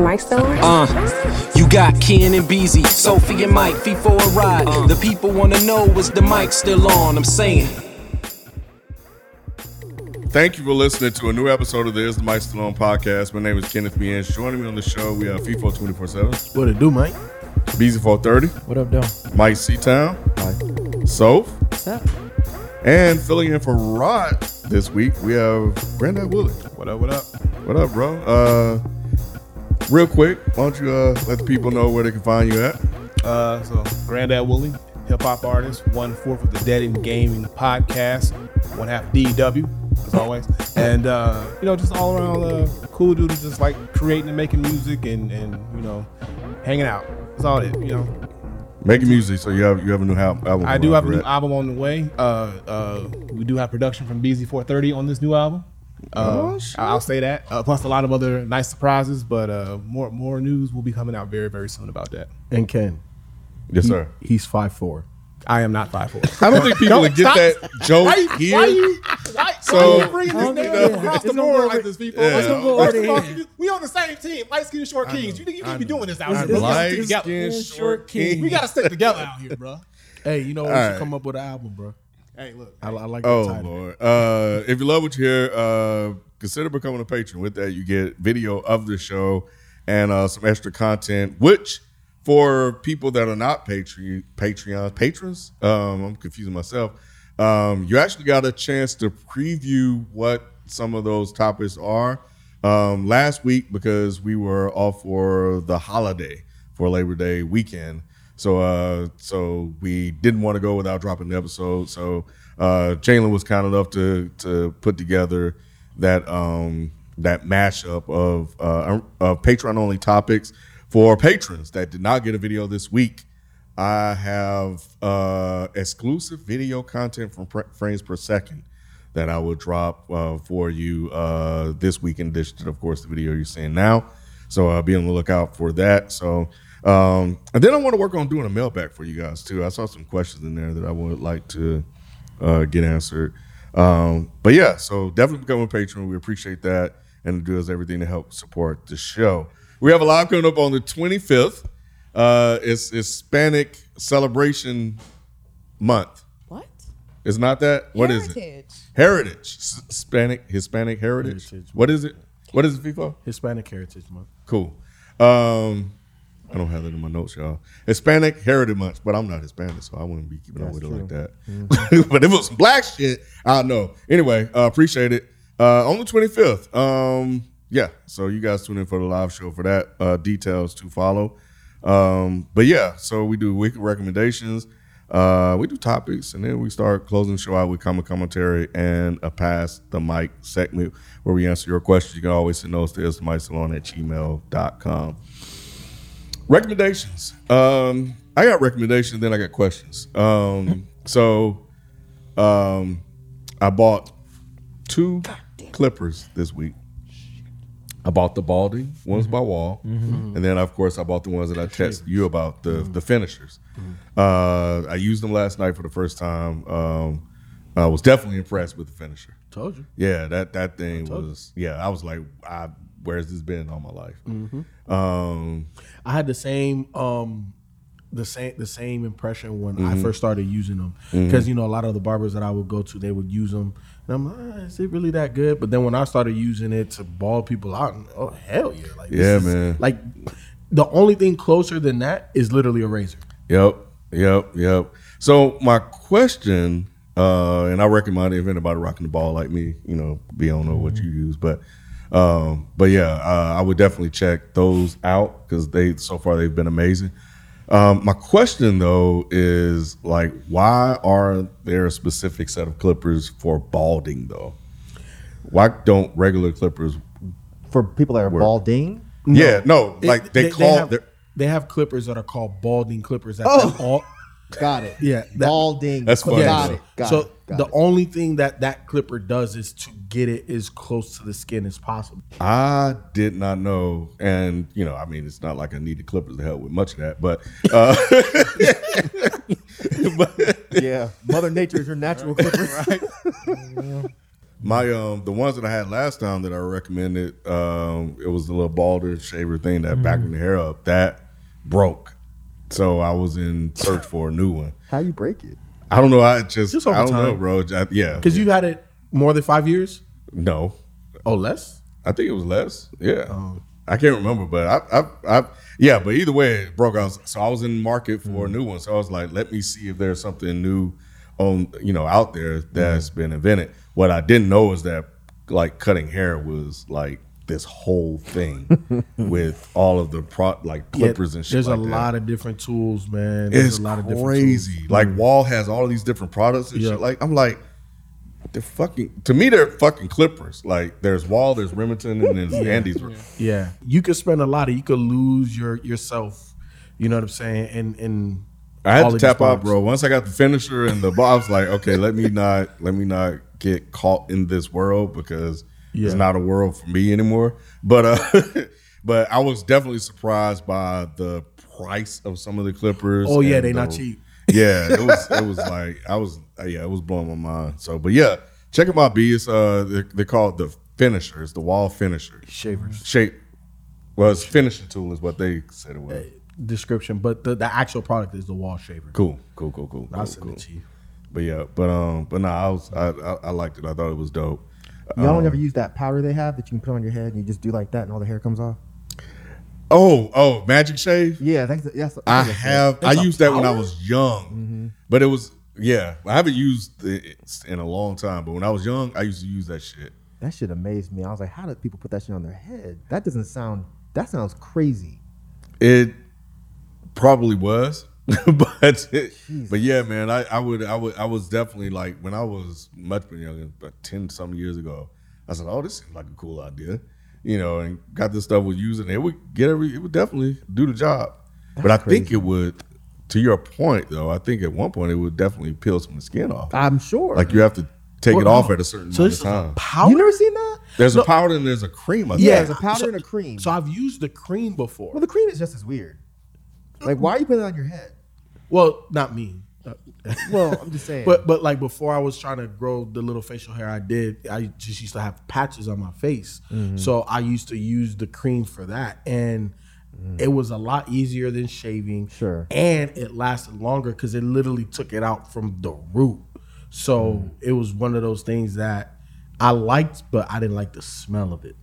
mic still on? Uh, you got Ken and Beezy, Sophie and Mike, feet for a ride. The people wanna know is the mic still on? I'm saying. Thank you for listening to a new episode of the Is the Mike Still On podcast. My name is Kenneth B. Inch. Joining me on the show, we have FIFO 24 7, What it do, Mike? BZ 430, What up, though? Mike Seatown, Soph, and filling in for Rod this week, we have Brandon Woolley. What up? What up? What up, bro? Uh, real quick, why don't you uh, let the people know where they can find you at? Uh, so Granddad Wooly, hip hop artist, one fourth of the Dead and Gaming podcast, one half DW as always, and uh, you know just all around uh, cool dude, who's just like creating and making music and and you know hanging out. That's all it. You know, Making music, so you have you have a new hal- album. I do out, have a new correct? album on the way. Uh, uh, we do have production from BZ430 on this new album. Uh, I- I'll say that. Uh, plus a lot of other nice surprises, but uh, more more news will be coming out very very soon about that. And Ken. Yes, sir. He's five four. I am not five four. I don't think people would get that joke here. So- so bringing this Oh, name yeah. across the It's gonna board go like over- this, people? Yeah. It's gonna go First over of all, here. you- we on the same team, light skin, short kings. You think you can't be doing this out know. here? Light We gotta stick together. short We gotta stick together out here, bro. Hey, you know what? All We should right. come up with an album, bro. Hey, look. I, I like Oh that title. Lord! Uh, if you love what you hear, uh, consider becoming a patron. With that, you get video of the show and uh, some extra content. Which, for people that are not Patreon Patreon patrons, um, I'm confusing myself. Um, you actually got a chance to preview what some of those topics are um, last week because we were off for the holiday for Labor Day weekend. So uh, so we didn't want to go without dropping the episode. So uh, Jalen was kind enough to to put together that um, that mashup of uh, of Patreon only topics for patrons that did not get a video this week. I have uh, exclusive video content from Fra- frames per second that I will drop uh, for you uh, this week, in addition to, of course, the video you're seeing now. So uh, be on the lookout for that. So, um, and then I want to work on doing a mailbag for you guys too. I saw some questions in there that I would like to uh, get answered. Um, but yeah, so definitely become a patron. We appreciate that and do us everything to help support the show. We have a live coming up on the 25th. Uh, it's Hispanic Celebration Month. What? It's not that. What is it? Heritage. Heritage, S- Hispanic, Hispanic heritage. Heritage. What is it? What is it, FIFO? Hispanic Heritage Month. Cool. Um, I don't have that in my notes, y'all. Hispanic Heritage Month, but I'm not Hispanic, so I wouldn't be keeping up with it like that. but if it was some black shit, I know. Anyway, uh, appreciate it. Uh, on the 25th, um, yeah. So you guys tune in for the live show for that. Uh, details to follow. Um, but yeah, so we do weekly recommendations. Uh, we do topics, and then we start closing the show out with common commentary and a pass the mic segment where we answer your questions. You can always send those to us, mic salon at gmail.com. Recommendations. Um, I got recommendations, then I got questions. Um, so um, I bought two clippers this week. Mm-hmm. I bought the Baldy ones by Wall, and then of course I bought the ones that I texted you about the the finishers. Uh, I used them last night for the first time. Um, I was definitely impressed with the finisher. Told you. Yeah, that that thing was. Yeah, I was like, I, where's this been all my life? Um, I had the same um the same the same impression when Mm-hmm. I first started using them because you know a lot of the barbers that I would go to they would use them and I'm like ah, is it really that good but then when I started using it to ball people out oh hell yeah like this Yeah, is- man. like the only thing closer than that is literally a razor Yep, yep, yep. So my question, uh, and I recommend if anybody rocking the ball like me, you know, be don't know what you use, but um, but yeah, uh, I would definitely check those out because they so far they've been amazing. Um, my question though is like, why are there a specific set of clippers for balding though? Why don't regular clippers? For people that are balding, yeah, no, like It- they, call have, their- they have clippers that are called balding clippers that Oh. they all got it. Yeah, that- balding. That's funny, Got though. it. Got so it. Got the it. only thing that that clipper does is to get it as close to the skin as possible I did not know, and you know, I mean, it's not like I need the Clippers to help with much of that, but, uh, but yeah, Mother Nature is her natural clipper. My um the ones that I had last time that I recommended, um, it was the little balder shaver thing that Mm. backing the hair up. That broke. So I was in search for a new one. How you break it? I don't know. I just, Just over I don't know, time. bro. I- yeah. Because you've had it more than five years? No, Oh, less? I think it was less. Yeah. Oh. I can't remember, but I, I, I, yeah, but either way, it broke. I was, so I was in the market for Mm. a new one. So I was like, let me see if there's something new on, you know, out there Mm. that's been invented. What I didn't know is that like cutting hair was like this whole thing with all of the pro, like Yeah, clippers and shit. There's like a that. lot of different tools, man. There's It's a lot of different tools. crazy. Like Wall has all these different products and Yeah. shit. Like I'm like, they're fucking. To me, they're fucking Clippers. Like there's Wall, there's Remington, and then Andy's. Yeah, you could spend a lot of, you could lose your yourself. You know what I'm saying? And and I had all to of these tap out, products. bro. Once I got the finisher and the bar, I was like, okay, let me not, let me not get caught in this world because Yeah. it's not a world for me anymore. But uh, but I was definitely surprised by the price of some of the Clippers. Oh yeah, and they not the- cheap. yeah, it was it was like I was uh, yeah, it was blowing my mind. So, but yeah, check them out. B. It's uh, they're, they're called the finishers, the wall finisher Shavers shape. Well, it's finishing tool is what they said it was. description, but the, the actual product is the wall shaver. Cool, cool, cool, cool. I'll cool, send cool. it to you. But yeah, but um, but nah, I was I, I I liked it. I thought it was dope. Um, Y'all don't ever use that powder they have that you can put on your head and you just do like that and all the hair comes off. Oh oh, magic shave. Yeah, that's yes. I have. I used that when I was young, Mm-hmm. but it was yeah. I haven't used it in a long time. But when I was young, I used to use that shit. That shit amazed me. I was like, how did people put that shit on their head? That doesn't sound. That sounds crazy. It probably was, but but yeah, man, I, I would I would I was definitely like when I was much younger, about ten some years ago, I said, oh, this seems like a cool idea, you know, and got this stuff was using it would get every it would definitely do the job, but I think crazy. it would. To your point, though, I think at one point it would definitely peel some of the skin off. I'm sure. Like you have to take it Well, off no. at a certain So amount this of is a time. powder. you never seen that? There's a powder and there's a cream. I think. yeah, there's a powder so- and a cream. So I've used the cream before. Well, the cream is just as weird. Like, why are you putting it on your head? Well, not me. Uh, Well, I'm just saying. But but like before I was trying to grow the little facial hair I did, I just used to have patches on my face. So I used to use the cream for that. And it was a lot easier than shaving. Sure. And it lasted longer because it literally took it out from the root. So it was one of those things that I liked, but I didn't like the smell of it.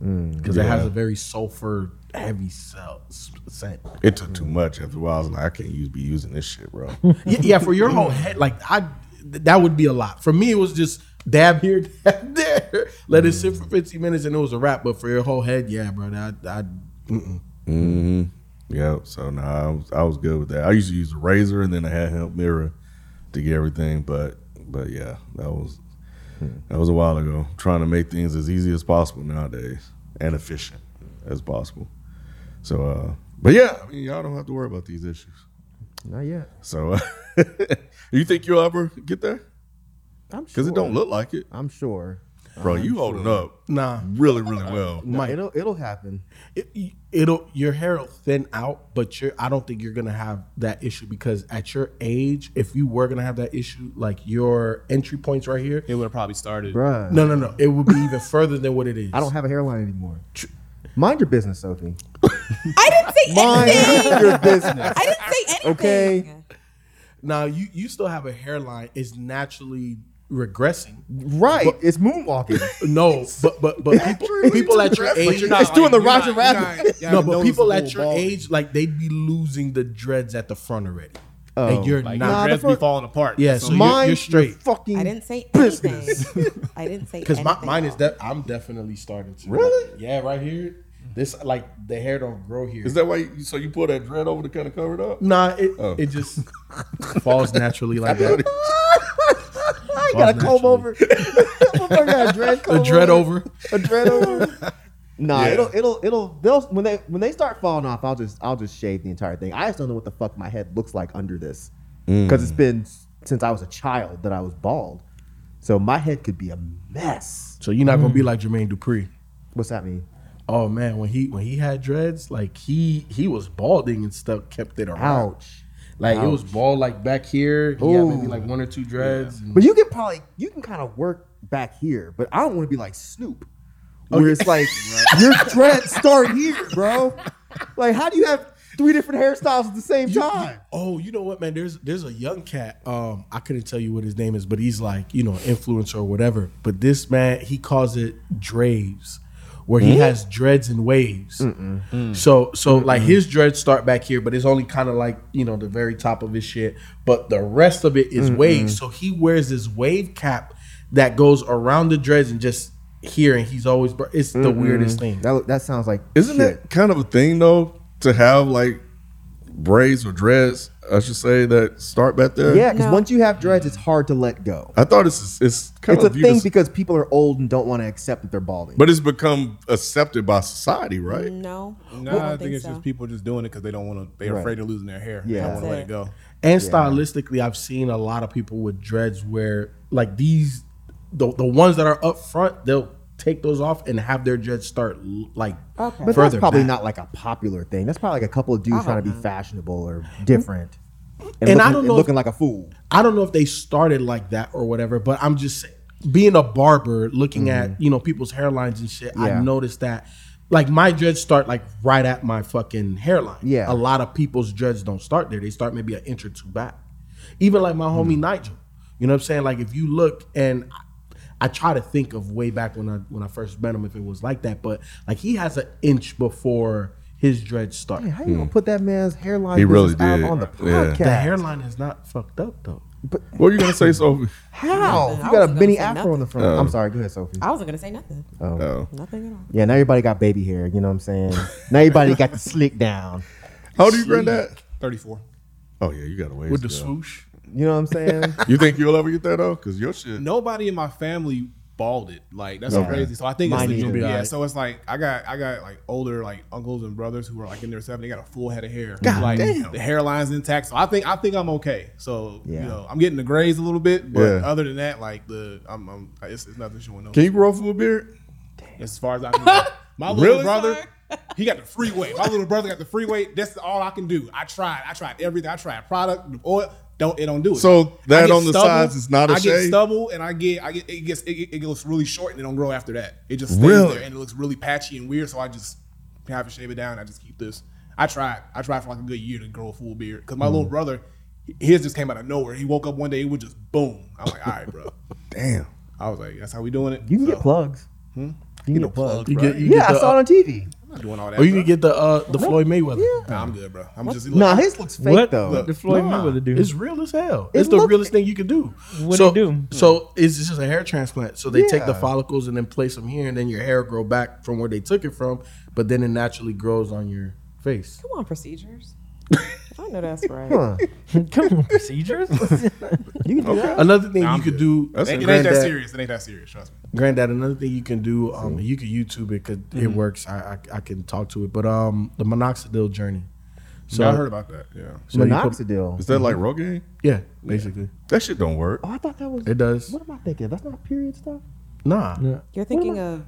Because it has a very sulfur heavy smell- scent. It took too much. After a while, I was like, I can't use be using this shit, bro. yeah, yeah, for your whole head, like I, th- that would be a lot. For me, it was just dab here, dab there, let it sit for 15 minutes, and it was a wrap. But for your whole head, yeah, bro, that I, mm-mm. Yeah, so no, I was I was good with that. I used to use a razor and then a handheld mirror to get everything, but but yeah, that was that was a while ago. Trying to make things as easy as possible nowadays and efficient as possible. So, uh but yeah, I mean, y'all don't have to worry about these issues. not yet. So, you think you'll ever get there? I'm sure. Because it don't look like it, I'm sure. bro. You holding up nah, really really well. No, it'll it'll happen. it, it'll your hair will thin out, but you're I don't think you're gonna have that issue because at your age, if you were gonna have that issue, like your entry points right here. It would have probably started. Bruh. No, no, no. It would be even further than what it is. I don't have a hairline anymore. Mind your business, Sophie. I didn't say anything. Mind your business. I didn't say anything. Okay. Now you you still have a hairline. It's naturally regressing. Right. it's moonwalking. No, but but but people, people at your age, not- It's doing the Roger Rabbit. no, but people at your age, like they'd be losing the dreads at the front already, and you're like, your not. dreads the be fuck- falling apart. Yeah, so you're- you're, Mind straight. fucking. I didn't say anything. I didn't say Because anything. my, mine is that I'm definitely starting to Really? yeah right here. This like the hair don't grow here. Is that why? You, so you pull that dread over to kind of cover it up? nah, it Oh. it just falls naturally like that. I got a comb naturally. over. I got a dread comb The dread over. A dread over. Nah, Yeah. it'll it'll it'll they'll when they when they start falling off, I'll just I'll just shave the entire thing. I just don't know what the fuck my head looks like under this because it's been s- since I was a child that I was bald, so my head could be a mess. So you're not gonna be like Jermaine Dupri. What's that mean? Oh man, when he when he had dreads, like he he was balding and stuff, kept it around. Ouch. Like it was Ouch. bald like back here. He had maybe Ooh. like one or two dreads. and- But you can probably you can kind of work back here, but I don't want to be like Snoop, where it's like your dreads start here, bro. Like, how do you have three different hairstyles at the same You- you- time? oh, you know what, man? There's there's a young cat. Um, I couldn't tell you what his name is, but he's like you know influencer or whatever. But this man, he calls it draves, where he has dreads and waves. So so like his dreads start back here, but it's only kind of like you know the very top of his shit. But the rest of it is waves. So he wears this wave cap that goes around the dreads and just here, and he's always. br- It's the weirdest thing. That that sounds like Isn't shit. that kind of a thing though to have like braids or dreads? I should say that start back there. Yeah, because No. once you have dreads, it's hard to let go. I thought it's it's kind It's a of viewed thing as- because people are old and don't want to accept that they're balding. but it's become accepted by society, right? No, No, I don't I think, it's so. just people just doing it because they don't want to. They're Right. afraid of losing their hair. they Yeah. don't want to That's let it. it go. And stylistically, I've seen a lot of people with dreads where like these, the, the ones that are up front, they'll take those off and have their dreads start l- like Okay. But further. that's probably back. not like a popular thing. That's probably like a couple of dudes trying to be fashionable or different. Uh-uh. And, And I looking- don't know if- looking like a fool. I don't know if they started like that or whatever, but I'm just saying, being a barber, looking at you know people's hairlines and shit. I Mm-hmm. Yeah. noticed that. Like my dreads start like right at my fucking hairline. Yeah. a lot of people's dreads don't start there. They start maybe an inch or two back. Even like my homie Mm-hmm. Nigel. You know what I'm saying? Like if you look and I try to think of way back when I when I first met him if it was like that, but like he has an inch before his dreads start. How you gonna put that man's hairline He really business out did. on the Yeah. podcast? The hairline is not fucked up though. What are you gonna say, Sophie? How? Nothing. I You got a wasn't mini gonna say afro on the front. I'm sorry. Go ahead, Sophie. I wasn't gonna say nothing. Oh. Oh, No. Nothing at all. Yeah, now everybody got baby hair. You know what I'm saying? now everybody got the slick down. How old are you, granddad? Thirty-four Oh yeah, you got a ways with to the go. swoosh. You know what I'm saying? You think you'll ever get that though? Because your shit. Nobody in my family balded. Like that's Yeah. crazy. So I think Mine it's either. the yeah. Right. So it's like I got I got like older like uncles and brothers who are like in their seventies. They got a full head of hair. like the hairline's intact. So I think I think I'm okay. So Yeah. you know I'm getting the grays a little bit, but Yeah. other than that, like the I'm, I'm it's, it's nothing showing up. Can you grow from a beard? As far as I can go. My little Really, brother, Mark? he got the free weight. My little brother got the free weight. That's all I can do. I tried. I tried everything. I tried product, the oil. Don't it don't do it. So that I get on the sides is not a I get shave? stubble and I get I get it gets it, it looks really short and it don't grow after that. It just stays Really? there and it looks really patchy and weird. So I just have to shave it down. I just keep this. I tried. I tried for like a good year to grow a full beard because my little brother, his just came out of nowhere. He woke up one day, it was just boom. I'm like, all right, bro. Damn. I was like, that's how we doing it. You can So, get plugs. You you can know, get plugs. plugs, You bro. get- you Yeah, I the, saw it uh, on TV. I'm not doing all that. or you bro. can get the uh, the Floyd Mayweather. Nah, I'm good, bro. I'm just look, Nah, his looks fake What? though. What the Floyd Mayweather do? It's real as hell. It it's the look- realest thing you can do. What'd so, it do? So it's just a hair transplant. So they take the Yeah. follicles and then place them here, and then your hair grow back from where they took it from, but then it naturally grows on your face. Come on, procedures. I know that's right. Huh. Come on, procedures. Another thing Nah, you I'm could good. do, it, it ain't that granddad, serious. It ain't that serious. Trust me. granddad, another thing you can do, um, you could YouTube it because it Mm-hmm. works. I, I I can talk to it, but um, the minoxidil journey. So I heard about that. Yeah. so you put- Minoxidil. Is that like Mm-hmm. Rogaine? yeah, basically That shit don't work. Oh, I thought that was. it does. What am I thinking? That's not period stuff. Nah, You're thinking of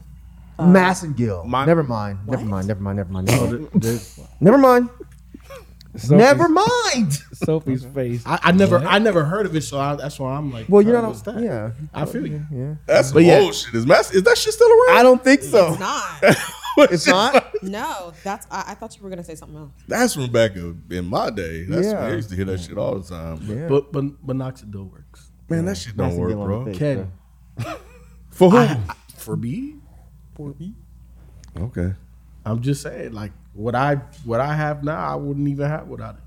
Uh, Massengill. my- never mind. Never mind. Never mind. Never mind. Never mind. The- the- Never mind. Sophie's, Never mind. Sophie's face. I, I never I never heard of it, so I, that's why I'm like, Well, you're oh, not. what's A, that? yeah. I feel you. That's But yeah. old shit. Is, mass, is that shit still around? I don't think so. it's not. It's not. No, that's. I, I thought you were gonna say something else. That's from back in in my day. That's Yeah. when I used to hear that shit all the time. But Yeah. But but minoxidil works. man, that shit don't Massengill work, on the bro. face, Can bro. For who? for me, okay. I'm just saying, like what I what I have now, I wouldn't even have without it.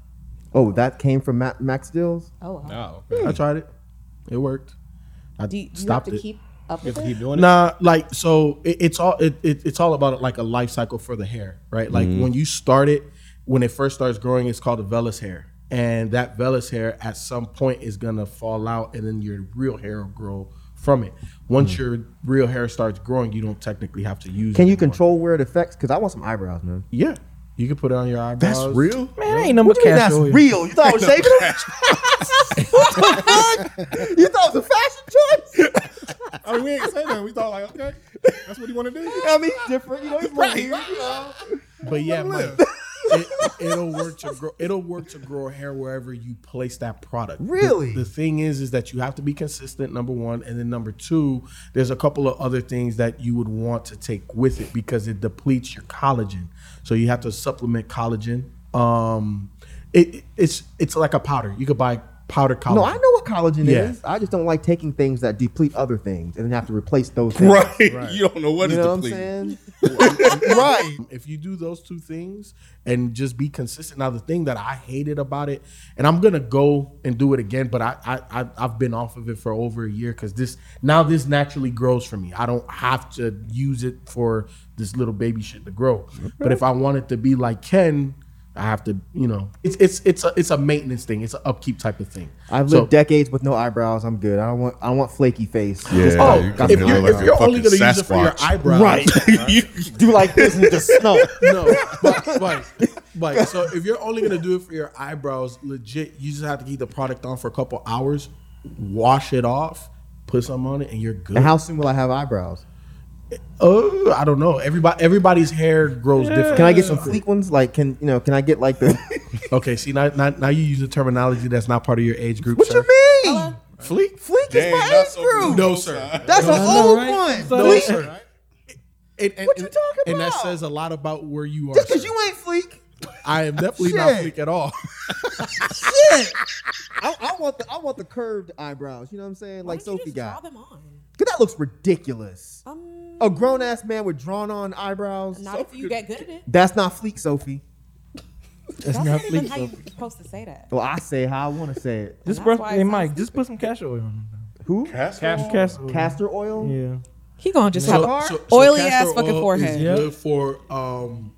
Oh, that came from Ma- Max Dills. Oh, wow. No. Hmm. I tried it, it worked. I do you, do you have stopped to it. keep up You with have to it? keep doing it. Nah, like so, it, it's all it, it, it's all about like a life cycle for the hair, right? Like Mm-hmm. when you start it, when it first starts growing, it's called a vellus hair, and that vellus hair at some point is gonna fall out, and then your real hair will grow from it. Once your real hair starts growing, you don't technically have to use. Mm. Can it you anymore. control where it affects? Because I want some eyebrows, man. Yeah, you can put it on your eyebrows. That's real? Man, ain't no What do you mean that's Casio. real? You thought I was shaving them? What the fuck? You thought it was a fashion choice? I mean, Oh, we ain't say that. We thought like, okay, that's what he want to do. Um, I mean, he's different. You know, he's more weird. You know? But yeah, Mike, it, it'll work to grow. It'll work to grow hair wherever you place that product. The- Really? The, thing is, is that you have to be consistent. Number one, and then number two, there's a couple of other things that you would want to take with it because it depletes your collagen. So you have to supplement collagen. Um, it, it's it's like a powder. You could buy powder collagen. No, I know what collagen Oh. Yeah. is. I just don't like taking things that deplete other things and then have to replace those things. Right. You don't know what You is know what I'm depleted. saying? right. Um, If you do those two things and just be consistent. Now, the thing that I hated about it, and I'm gonna go and do it again, but I I, I I've been off of it for over a year because this now this naturally grows for me. I don't have to use it for this little baby shit to grow. But if I want it to be like Ken. I have to, you know, it's it's it's a it's a maintenance thing. It's an upkeep type of thing. I've So- lived decades with no eyebrows. I'm good. I don't want. I don't want flaky face. Just Yeah, Oh, you if gotta you're, look like if a you're only gonna fucking use it for your Sasquatch. eyebrows, right? do like this and just snort. no, but, but, but so if you're only gonna do it for your eyebrows, legit, you just have to keep the product on for a couple hours, wash it off, put some on it, and you're good. And how soon will I have eyebrows? oh, I don't know. Everybody, everybody's hair grows different. Can I get some fleek ones? Like, can you know? Can I get like the? Okay, see now, now, now you use a terminology that's not part of your age group. what sir. you mean? Fleek? Fleek is Dang, my that's age so group. rude. No, sir. That's an old one. No, Fleek. sir. And, and, What you talking and that about? says a lot about where you are. Just because sir. you ain't fleek. I am definitely not Shit. fleek at all. Shit. I, I want the I want the curved eyebrows. You know what I'm saying? Why Like don't you Sophie just got. Draw them on. Cause that looks ridiculous. Um, A grown ass man with drawn on eyebrows. not if you get good at it. That's not fleek, Sophie. That's not even how you're supposed to say that. Well, I say how I want to say it. Just That's brush, why hey it's Mike, not just put some castor oil on Who? it. Castor oil. Castor oil. Yeah. He gonna just have a So- so- so oily castor ass fucking oil forehead. Is good for um,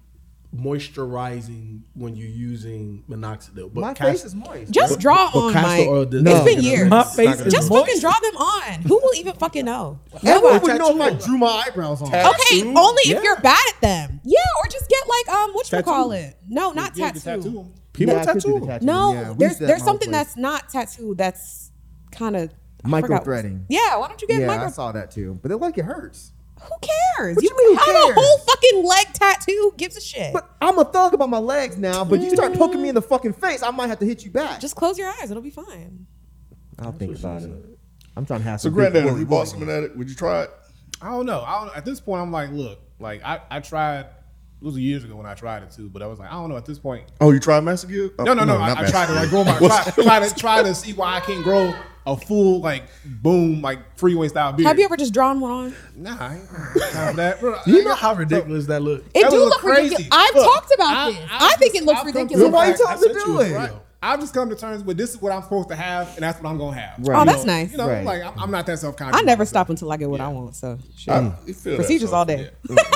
moisturizing when you're using minoxidil. But My castor, face is moist. Just draw but on, castor Mike. oil does No. It's been not- years. My not face gonna is do Just it. moist. fucking draw them on. Who will even fucking know? Everyone Nobody. would know if I drew my eyebrows on. Okay, only if you're bad at them. Yeah, or just get like um, what you call it? No, not Yeah, you tattoo. can tattoo 'em. People Yeah, I could do the tattoo. tattoo. No, Yeah, we there's used that there's in my something place. that's not tattoo. That's kind of Micro-threading. Yeah, why don't you get Yeah, I micro? saw that too, but it like it hurts. Who cares? What you you mean, who have a cares? whole fucking leg tattoo. Who Gives a shit. But I'm a thug about my legs now. But you start poking me in the fucking face, I might have to hit you back. just close your eyes. It'll be fine. I'll think about it. I'm trying to have So, some. granddad, big if you woolly- bought some of that, would you try it? I don't know. I don't, at this point, I'm like, look, like I, I tried. It was years ago when I tried it too, but I was like, I don't know. At this point, Oh, you tried Massaguille? no, no, no. I, I tried to like grow my try, try to try to see why I can't grow a full like boom like freeway style beard. Have you ever just drawn one on? Nah, I ain't got time for that. Bro, You know how ridiculous that look. It That do would look, look crazy. ridiculous. I've Look, talked about I- this. I've I think just- it looks I've come to ridiculous. the Why you fact- telling I sent to you do a it? video. I've just come to terms with this is what I'm supposed to have, and that's what I'm gonna have. Right. Oh, that's nice. You know, Right. like I'm, I'm not that self conscious. I never stop until I get what I want. So Mm. shit. procedures all day.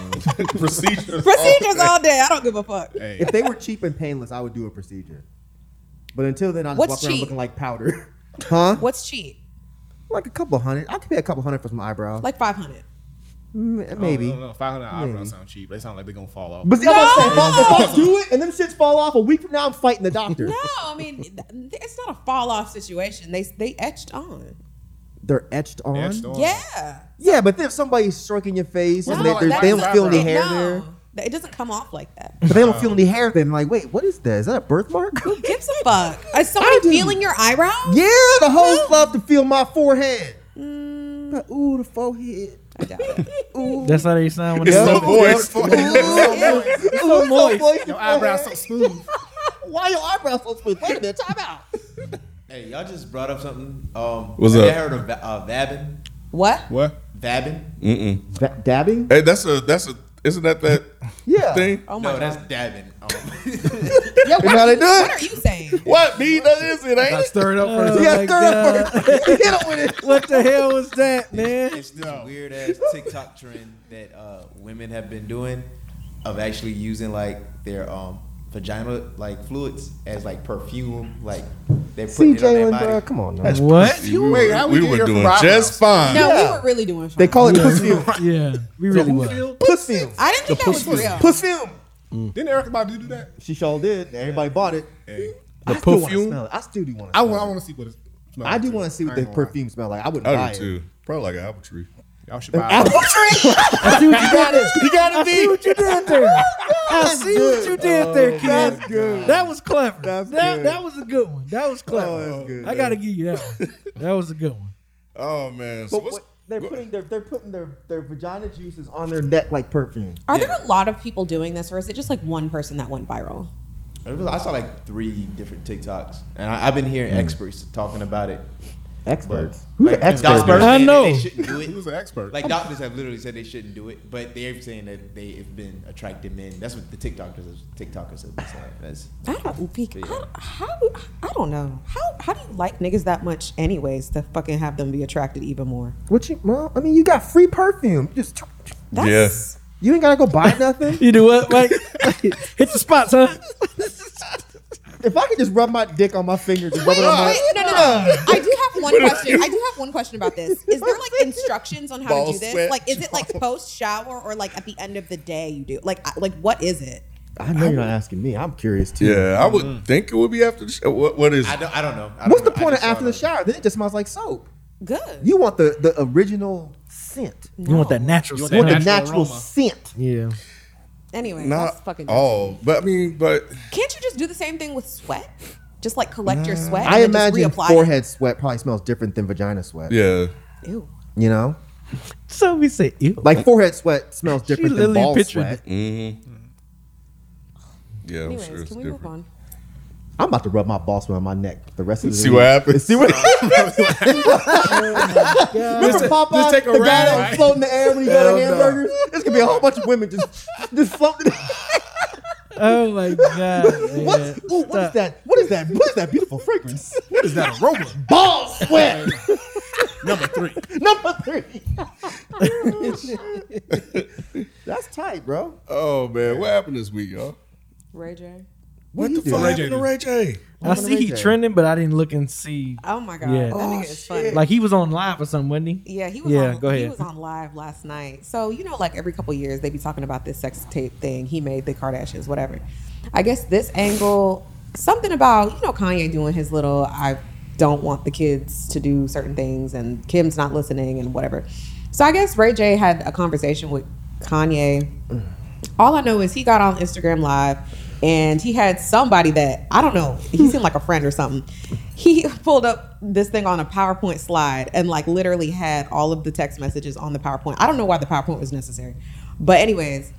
Procedures. Procedures all day. I don't give a fuck. If they were cheap and painless, I would do a procedure. But until then, I just What's walk around cheap? looking like powder. Huh? What's cheap? Like a couple hundred. I could pay a couple hundred for some eyebrows. Like five hundred. Mm, maybe. No, no, no. 500 eyebrows sound cheap. They sound like they're gonna fall off. But see, I'm saying, if I, if I do it and them shits fall off a week from now, I'm fighting the doctor. No, I mean th- it's not a fall off situation. They they etched on. They're etched on. Etched on. Yeah. Yeah, but then if somebody's stroking your face No, and they, they, that's they don't feel any not- hair no. there, That- It doesn't come off like that. but they don't feel any hair there. I'm like, wait, what is that? Is that a birthmark? Who gives a fuck? Is somebody do. feeling your eyebrow? yeah, the hoes love to feel my forehead. But, ooh, the forehead. I doubt it. Ooh, That's how they sound when It's they so moist. ooh, ooh, so moist. moist. Your eyebrows so smooth. Why your eyebrows so smooth? Wait a minute, time out. Hey, y'all just brought up something. Um, What's have up? you heard of va- uh, vabbing? What? What? Vabbing? dabbing? Hey, that's a that's a isn't that that Yeah. thing? Oh my no, that's god. dabbing. Um, Yeah, You know how they do what it? are you saying? What me? That is it, ain't it? stir it up first. Yeah, Like, stir uh, up first. Hit him with it. What the hell was that, man? it's this weird ass TikTok trend that uh, women have been doing of actually using like their um, vagina like fluids as like perfume. Like they're putting See, it on their Jalen, body. bro, come on. now. What? We were, Wait, how we we get were here doing from eyebrows? just fine. No, we Yeah. were really doing fine. They call it pussy. Yeah, we really were. Puss film. I didn't think that was real. Puss film. Didn't Eric about to do that? She sure did. Everybody bought it. Hey. The I still want to smell it. I still do want to Oh, I smell want. I it. want to see what it smells I do like, want to too. see what I the ain't gonna lie. perfume smell like. I wouldn't buy I it. do too. Probably like an apple tree. I should buy. a- I see what you got it. You got it. I see what you did Oh, there. I see what you did there, kid. That's good. That was clever. that, that was a good one. That was clever. that's good. Oh, I gotta give you that one. That was a good one. Oh man, so But what's, what, they're putting their they're putting their, their vagina juices on their neck like perfume. Are there a lot of people doing this, or is it just like one person that went viral? It was- I saw like three different TikToks, and I, I've been hearing Mm. experts talking about it. Experts. Who's an expert? Doctors I saying that know. They shouldn't do Who's it. an expert? Like doctors have literally said they shouldn't do it, but they're saying that they've been attracting men. That's what the TikTokers, TikTokers have been saying. That's I don't. Be, how, how? I don't know. How? How do you like niggas that much, anyways, to fucking have them be attracted even more? What you well, I mean you got free perfume. You Just That's you ain't gotta go buy nothing. You do what? Like hit the spots, huh? if I could just rub my dick on my fingers and rub it on my Wait, no, no, no. I do have one question. I do have one question about this. Is there like instructions on how to Ball do this? sweat. Like, is it like post shower or like at the end of the day you do? Like, I- like what is it? I know you're not asking me. I'm curious too. yeah, I would Mm-hmm. think it would be after the show. What, what is? I don't. I don't know. I What's the don't know. I point of just saw after the it on- shower? Then it just smells like soap. Good. You want the, the original scent. You want that natural You want You scent. want the Natural natural aroma. scent. yeah. Anyway, that's Not fucking. all, but I mean, but Can't you just do the same thing with sweat? Just like collect your sweat. I and then imagine just reapply forehead sweat probably smells different than vagina sweat. yeah, It. Ew. You know? So we say ew. Like forehead sweat smells different than literally ball pictured sweat. yeah. I'm Anyways, sure it's can we different. move on? I'm about to rub my ball sweat on my neck the rest of the See week. what happens. See what Remember Popeye? just take a the guy ride, that was right? floating in the air when he got a hamburger? There's gonna be a whole bunch of women just just floating. oh my god. man. What's, ooh, what is that? What is that? What is that beautiful fragrance? What is that aroma? Ball sweat. Number three. Number three. That's tight, bro. Oh man, what happened this week, y'all? Ray J. What, the fuck? Ray J happened to Ray J? I see he trending, but I didn't look and see. Oh my god, Yeah. that nigga is funny. Like he was on live or something, wasn't he? Yeah, he was. Yeah, on, go He ahead. was on live last night. So you know, like every couple years, they be talking about this sex tape thing he made the Kardashians, whatever. I guess this angle, something about you know Kanye doing his little I don't want the kids to do certain things, and Kim's not listening, and whatever. So I guess Ray J had a conversation with Kanye all I know is he got on Instagram Live and he had somebody that I don't know, he seemed like a friend or something. He pulled up this thing on a PowerPoint slide and like literally had all of the text messages on the PowerPoint. I don't know why the PowerPoint was necessary. But anyways,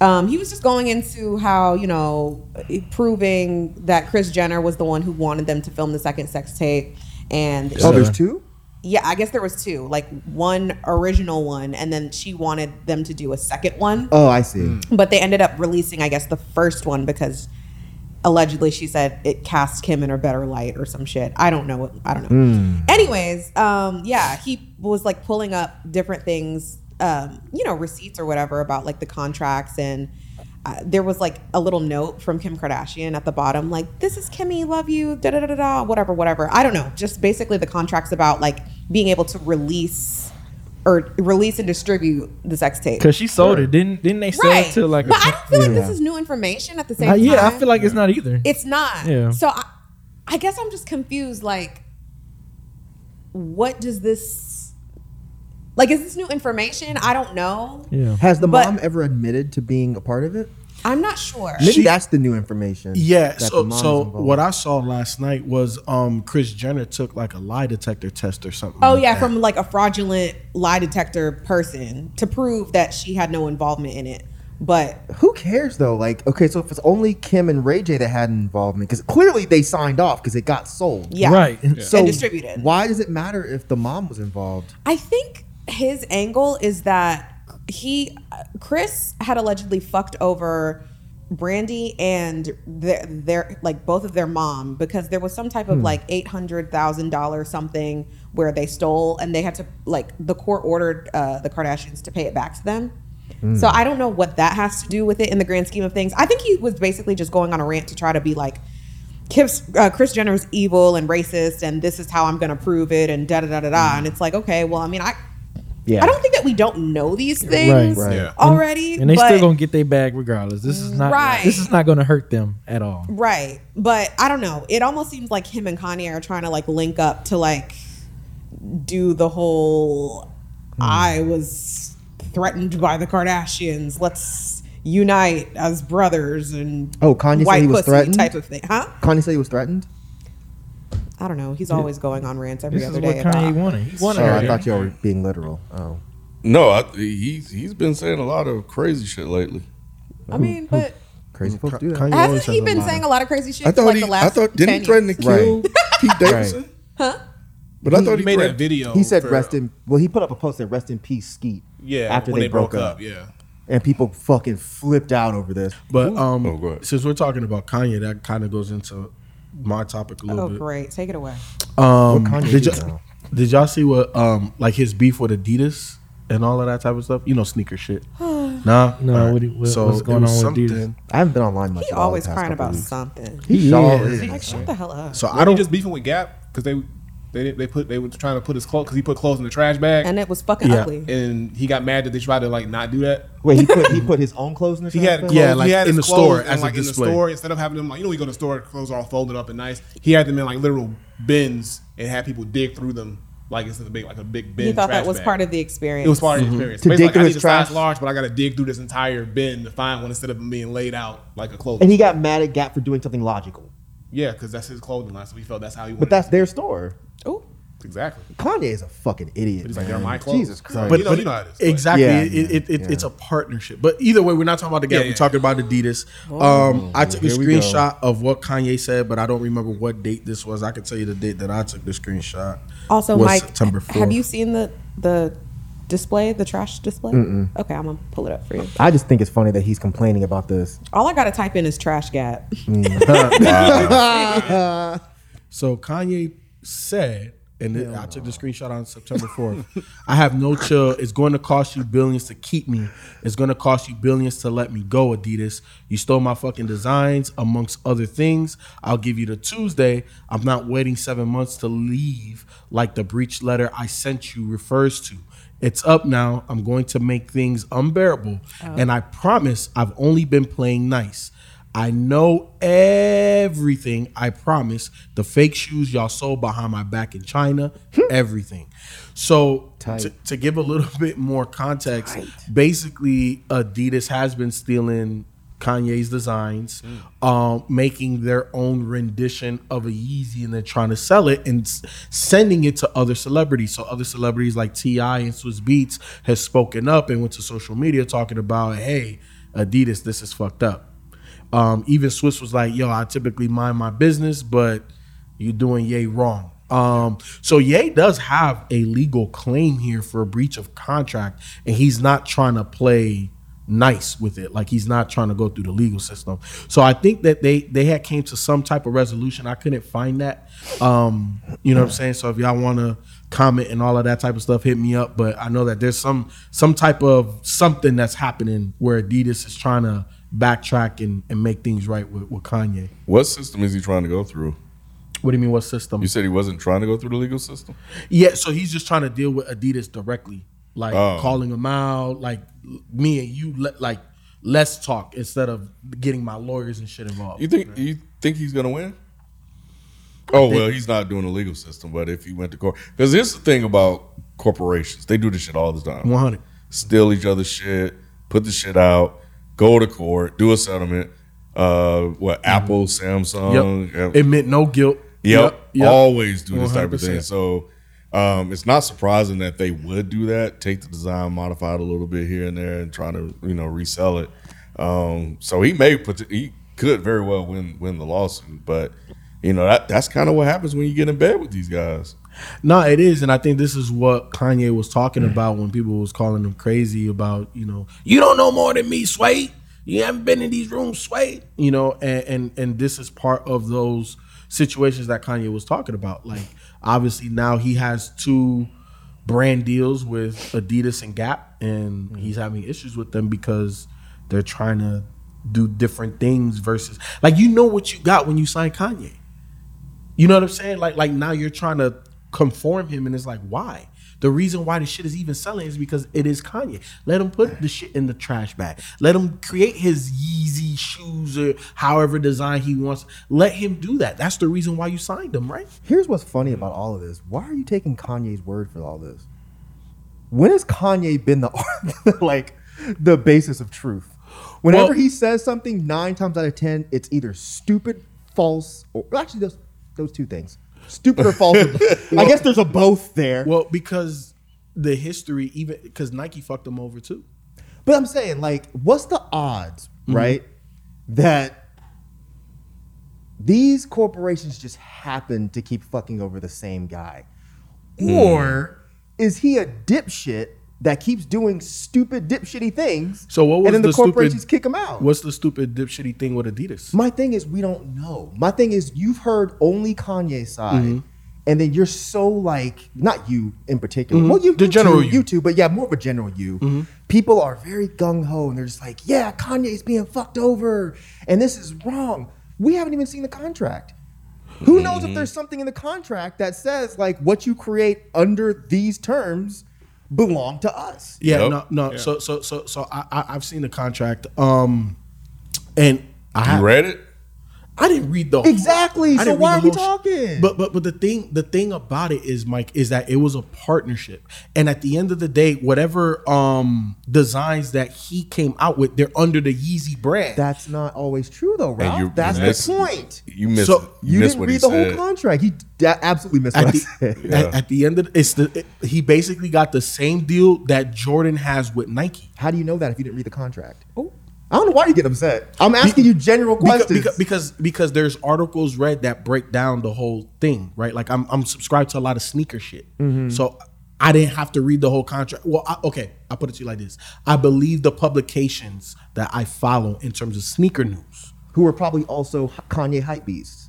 um, he was just going into how, you know, proving that Chris Jenner was the one who wanted them to film the second sex tape and Oh, there's two. yeah, I guess there was two, like one original one and then she wanted them to do a second one Oh, I see. but they ended up releasing i guess the first one because allegedly she said it cast him in a better light or some shit i don't know what i don't know anyways um yeah he was like pulling up different things um you know receipts or whatever about like the contracts and uh, there was like a little note from Kim Kardashian at the bottom, like, this is Kimmy, love you, da da da da da, whatever, whatever. I don't know. Just basically the contracts about like being able to release or release and distribute the sex tape. Cause she sold it. Didn't didn't they sell it to like? But I I don't feel like this Yeah. is new information at the same Uh, time. yeah, I feel like it's not either. it's not. Yeah. So I, I guess I'm just confused. Like, what does this? Like, is this new information? I don't know. yeah. Has the But- mom ever admitted to being a part of it? I'm not sure. Maybe that's the new information. Yeah. that the So, mom so is involved. what I saw last night was um Chris Jenner took like a lie detector test or something. Oh like yeah, that. from like a fraudulent lie detector person to prove that she had no involvement in it. But Who cares though? Like, okay, so if it's only Kim and Ray J that had involvement, because clearly they signed off because it got sold. yeah, Right. So And distributed. Why does it matter if the mom was involved? I think his angle is that he, Chris, had allegedly fucked over Brandy and their, their like both of their mom because there was some type of like eight hundred thousand dollars something where they stole and they had to like the court ordered uh, the Kardashians to pay it back to them. So I don't know what that has to do with it in the grand scheme of things. I think he was basically just going on a rant to try to be like, Kim's, uh, Chris Jenner is evil and racist, and this is how I'm going to prove it, and da da da da da. And it's like, okay, well, I mean, I, Yeah. I don't think that we don't know these things right. Yeah. already. And they but, still gonna get their bag regardless. This is not. Right. This is not gonna hurt them at all. right, but I don't know. It almost seems like him and Kanye are trying to like link up to like do the whole Hmm. I was threatened by the Kardashians. Let's unite as brothers and Oh, Kanye said white he was pussy threatened? type of thing, huh? Kanye said he was threatened. I don't know. He's always going on rants every This is other what day. Kanye about- wanted. He wanted Oh, her I to- thought you were being literal. Oh, No, I, he's he's been saying a lot of crazy shit lately. I mean, but crazy folks do that. Kanye hasn't always says he been lot of- saying a lot of crazy shit? I thought for like he, the last I thought didn't 10 he threaten to years? kill Pete Davidson, Huh? but I thought he he made that threatened. video. he said for- rest in. Well, he put up a post that rest in peace, Skeet. Yeah, after when they, broke, up, Yeah, and people fucking flipped out over this. But um, Oh, go ahead. since we're talking about Kanye, that kind of goes into my topic a little Oh, bit. great. Take it away. Um, What Kanye did, do y'all, now? did y'all see what um like his beef with Adidas and all of that type of stuff? You know, sneaker shit. nah, No, Alright. what he- what- what's it going was on with Adidas? something- I haven't been online much. He at all the always past crying couple about weeks. something. He Sure is. is. Like, shut the hell up. So I I don't. don't just beefing with Gap because they they didn't- they put they were trying to put his clothes because he put clothes in the trash bag and, And it was fucking Yeah. ugly. he got mad that they tried to like not do that. Wait, he put he put his own clothes in the He had trash clothes, bag? Yeah, like, he had in his the store clothes in, as a like, in the display. store instead of having them like you know when you go to the store clothes are all folded up and nice. He had them in like literal bins and had people dig through them like it's a big like a big bin. He thought that trash was bag. part of the experience. It was Mm-hmm. part of the experience. To Basically, dig like, through I his need a size trash. large, but I got to dig through this entire bin to find one instead of them being laid out like a clothing. and he got mad at Gap for doing something logical. yeah, because that's his clothing line, so he felt that's how he. But Wanted that's their store. Ooh. it. exactly. Kanye is a fucking idiot. But he's like, man. they're my clothes. Jesus Christ. but, you know, but you know how it is. But- exactly, Yeah, it, it, it, it's a partnership. But either way, we're not talking about the gap. Yeah, we're yeah. talking about Adidas. Oh. Um, I took a Here we go. screenshot of what Kanye said, but I don't remember what date this was. I can tell you the date that I took the screenshot. Also, was Mike, September have 4th. you seen the the display, the trash display? Okay, I'm gonna pull it up for you. I just think it's funny that he's complaining about this. All I gotta type in is trash gap. So Kanye said, and it- I took the screenshot on September 4th. I have no chill. It's going to cost you billions to keep me. It's going to cost you billions to let me go, Adidas. You stole my fucking designs, amongst other things. I'll give you the Tuesday. I'm not waiting seven months to leave, like the breach letter I sent you refers to. It's up now. I'm going to make things unbearable. And I promise I've only been playing nice. I know everything. I promise. The fake shoes y'all sold behind my back in China, everything. So to, to give a little bit more context, basically Adidas has been stealing Kanye's designs, um, making their own rendition of a Yeezy, and then trying to sell it and s- sending it to other celebrities. So other celebrities like Ti and Swiss Beats has spoken up and went to social media talking about, "Hey, Adidas, this is fucked up." Um, even Swiss was like, "Yo, I typically mind my business, but you're doing Ye wrong." Um, so Ye does have a legal claim here for a breach of contract, and he's not trying to play nice with it. Like he's not trying to go through the legal system. So I think that they they had came to some type of resolution. I couldn't find that. Um, you know what I'm saying? So if y'all want to comment and all of that type of stuff, hit me up. But I know that there's some some type of something that's happening where Adidas is trying to backtrack and, and make things right with, with Kanye. What system is he trying to go through? What do you mean? What system? You said he wasn't trying to go through the legal system. Yeah, so he's just trying to deal with Adidas directly, like Oh. calling him out, like me and you, let like let's talk instead of getting my lawyers and shit involved. You think you think he's gonna win? Oh well, he's not doing the legal system, but if he went to court, because here's the thing about corporations, they do this shit all the time. One hundred. steal each other's shit, put the shit out, go to court, do a settlement. Uh, what Apple, Samsung, Mm-hmm. yep, Yep. Admit no guilt. always do this type of thing. 100%. So um, it's not surprising that they would do that. Take the design, modify it a little bit here and there, and try to you know resell it. Um, so he may pot- he could very well win win the lawsuit, but you know that that's kind of what happens when you get in bed with these guys. No, it is, and I think this is what Kanye was talking about when people was calling him crazy about, you know, you don't know more than me, Sway. You haven't been in these rooms, Sway. You know, and and and this is part of those situations that Kanye was talking about. Like, obviously now he has two brand deals with Adidas and Gap, and he's having issues with them because they're trying to do different things versus like you know what you got when you sign Kanye. You know what I'm saying? Like like now you're trying to conform him, and it's like why? The reason why the shit is even selling is because it is Kanye. Let him put the shit in the trash bag. Let him create his Yeezy shoes or however design he wants. Let him do that. That's the reason why you signed him, right? Here's what's funny about all of this. Why are you taking Kanye's word for all this? when has Kanye been the like the basis of truth? Whenever Well- he says something, nine times out of ten, it's either stupid, false, or well, actually those those two things, stupid or false. I guess there's a both there. Well, because the history, even because Nike fucked them over too. But I'm saying, like, what's the odds, Mm-hmm. right, that these corporations just happen to keep fucking over the same guy? Hmm. Or is he a dipshit that keeps doing stupid dipshitty things? So what was and then the, the stupid- corporations kick him out. What's the stupid dipshitty thing with Adidas? My thing is we don't know. My thing is you've heard only Kanye's side. Mm-hmm. And then you're so like, not you in particular. Well, you, Mm-hmm. The you general too, you. Mm-hmm. you too, but yeah, more of a general you. People are very gung ho, and they're just like, yeah, Kanye's being fucked over, and this is wrong. We haven't even seen the contract. Who knows if Mm-hmm. there's something in the contract that says like what you create under these terms belong to us? Yeah, Yep. no, no. So, so, so, so I, I, I've seen the contract, um, and I You have- read it? I didn't read the I Exactly. So didn't why read are we the whole sh- talking? But but but the thing the thing about it is, Mike, is that it was a partnership, and at the end of the day, whatever um designs that he came out with, they're under the Yeezy brand. That's not always true though, And Ralph. you- That's you the point. You missed. So, you, You missed didn't what he read the whole said. contract. He d- absolutely missed at what I the, said. at, at the end of it's the it- he basically got the same deal that Jordan has with Nike. How do you know that if you didn't read the contract? Oh, I don't know why you get upset. I'm asking you general Because, questions. because because because there's articles read that break down the whole thing, right? Like I'm I'm subscribed to a lot of sneaker shit, Mm-hmm. so I didn't have to read the whole contract. Well, I, okay, I put it to you like this: I believe the publications that I follow in terms of sneaker news. Who are probably also Kanye hype beasts.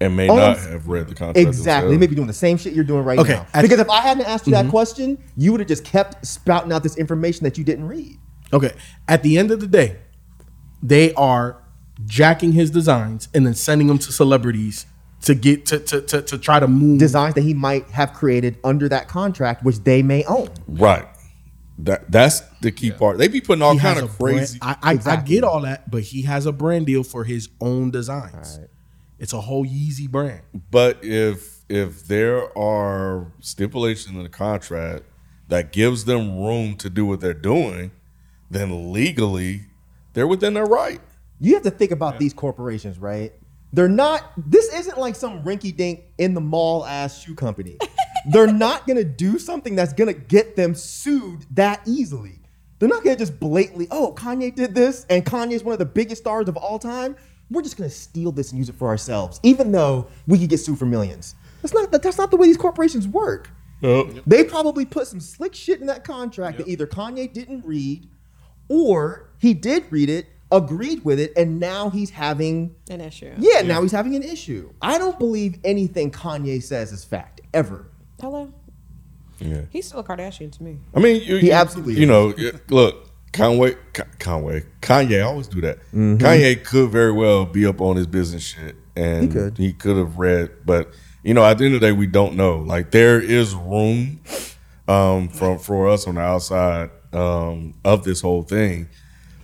and may Oh, not I'm- have read the contract. Exactly. They may themselves. be doing the same shit you're doing right Okay. now. Because if I hadn't asked you that question, you would have just kept spouting out this information that you didn't read. Okay, at the end of the day, they are jacking his designs and then sending them to celebrities to get to to to, to try to move. Designs that he might have created under that contract, which they may own. right. That that's the key part. They be putting all He has kind of a brand- crazy. I, I, Exactly. I get all that, but he has a brand deal for his own designs. It's a whole Yeezy brand. But if if there are stipulations in the contract that gives them room to do what they're doing, then legally they're within their right. you have to think about these corporations, right? They're not, this isn't like some rinky dink in the mall ass shoe company. They're not gonna do something that's gonna get them sued that easily. They're not gonna just blatantly, oh, Kanye did this and Kanye's one of the biggest stars of all time. We're just gonna steal this and use it for ourselves, even though we could get sued for millions. That's not, that's not the way these corporations work. They probably put some slick shit in that contract that either Kanye didn't read or he did read it, agreed with it, and now he's having An issue. yeah, now he's having an issue. I don't believe anything Kanye says is fact ever. Hello. Yeah. He's still a Kardashian to me. I mean, you, He you- absolutely You is. know, you- look, Conway, Con- Conway, Kanye. I always do that. Mm-hmm. Kanye could very well be up on his business shit, and he could. could. have read, but you know, at the end of the day, we don't know. Like there is room um, from for us on the outside um, of this whole thing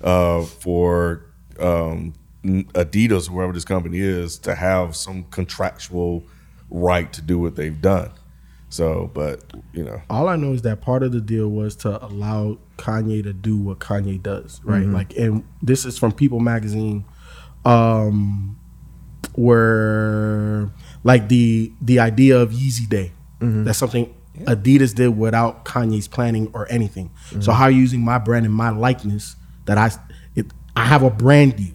uh, for um, Adidas, whoever this company is, to have some contractual right to do what they've done. So, but you know, All I know is that part of the deal was to allow Kanye to do what Kanye does, right? Like, and this is from People Magazine, um, where like the the idea of Yeezy Day. That's something Adidas did without Kanye's planning or anything. So how are you using my brand and my likeness that I it, I have a brand deal.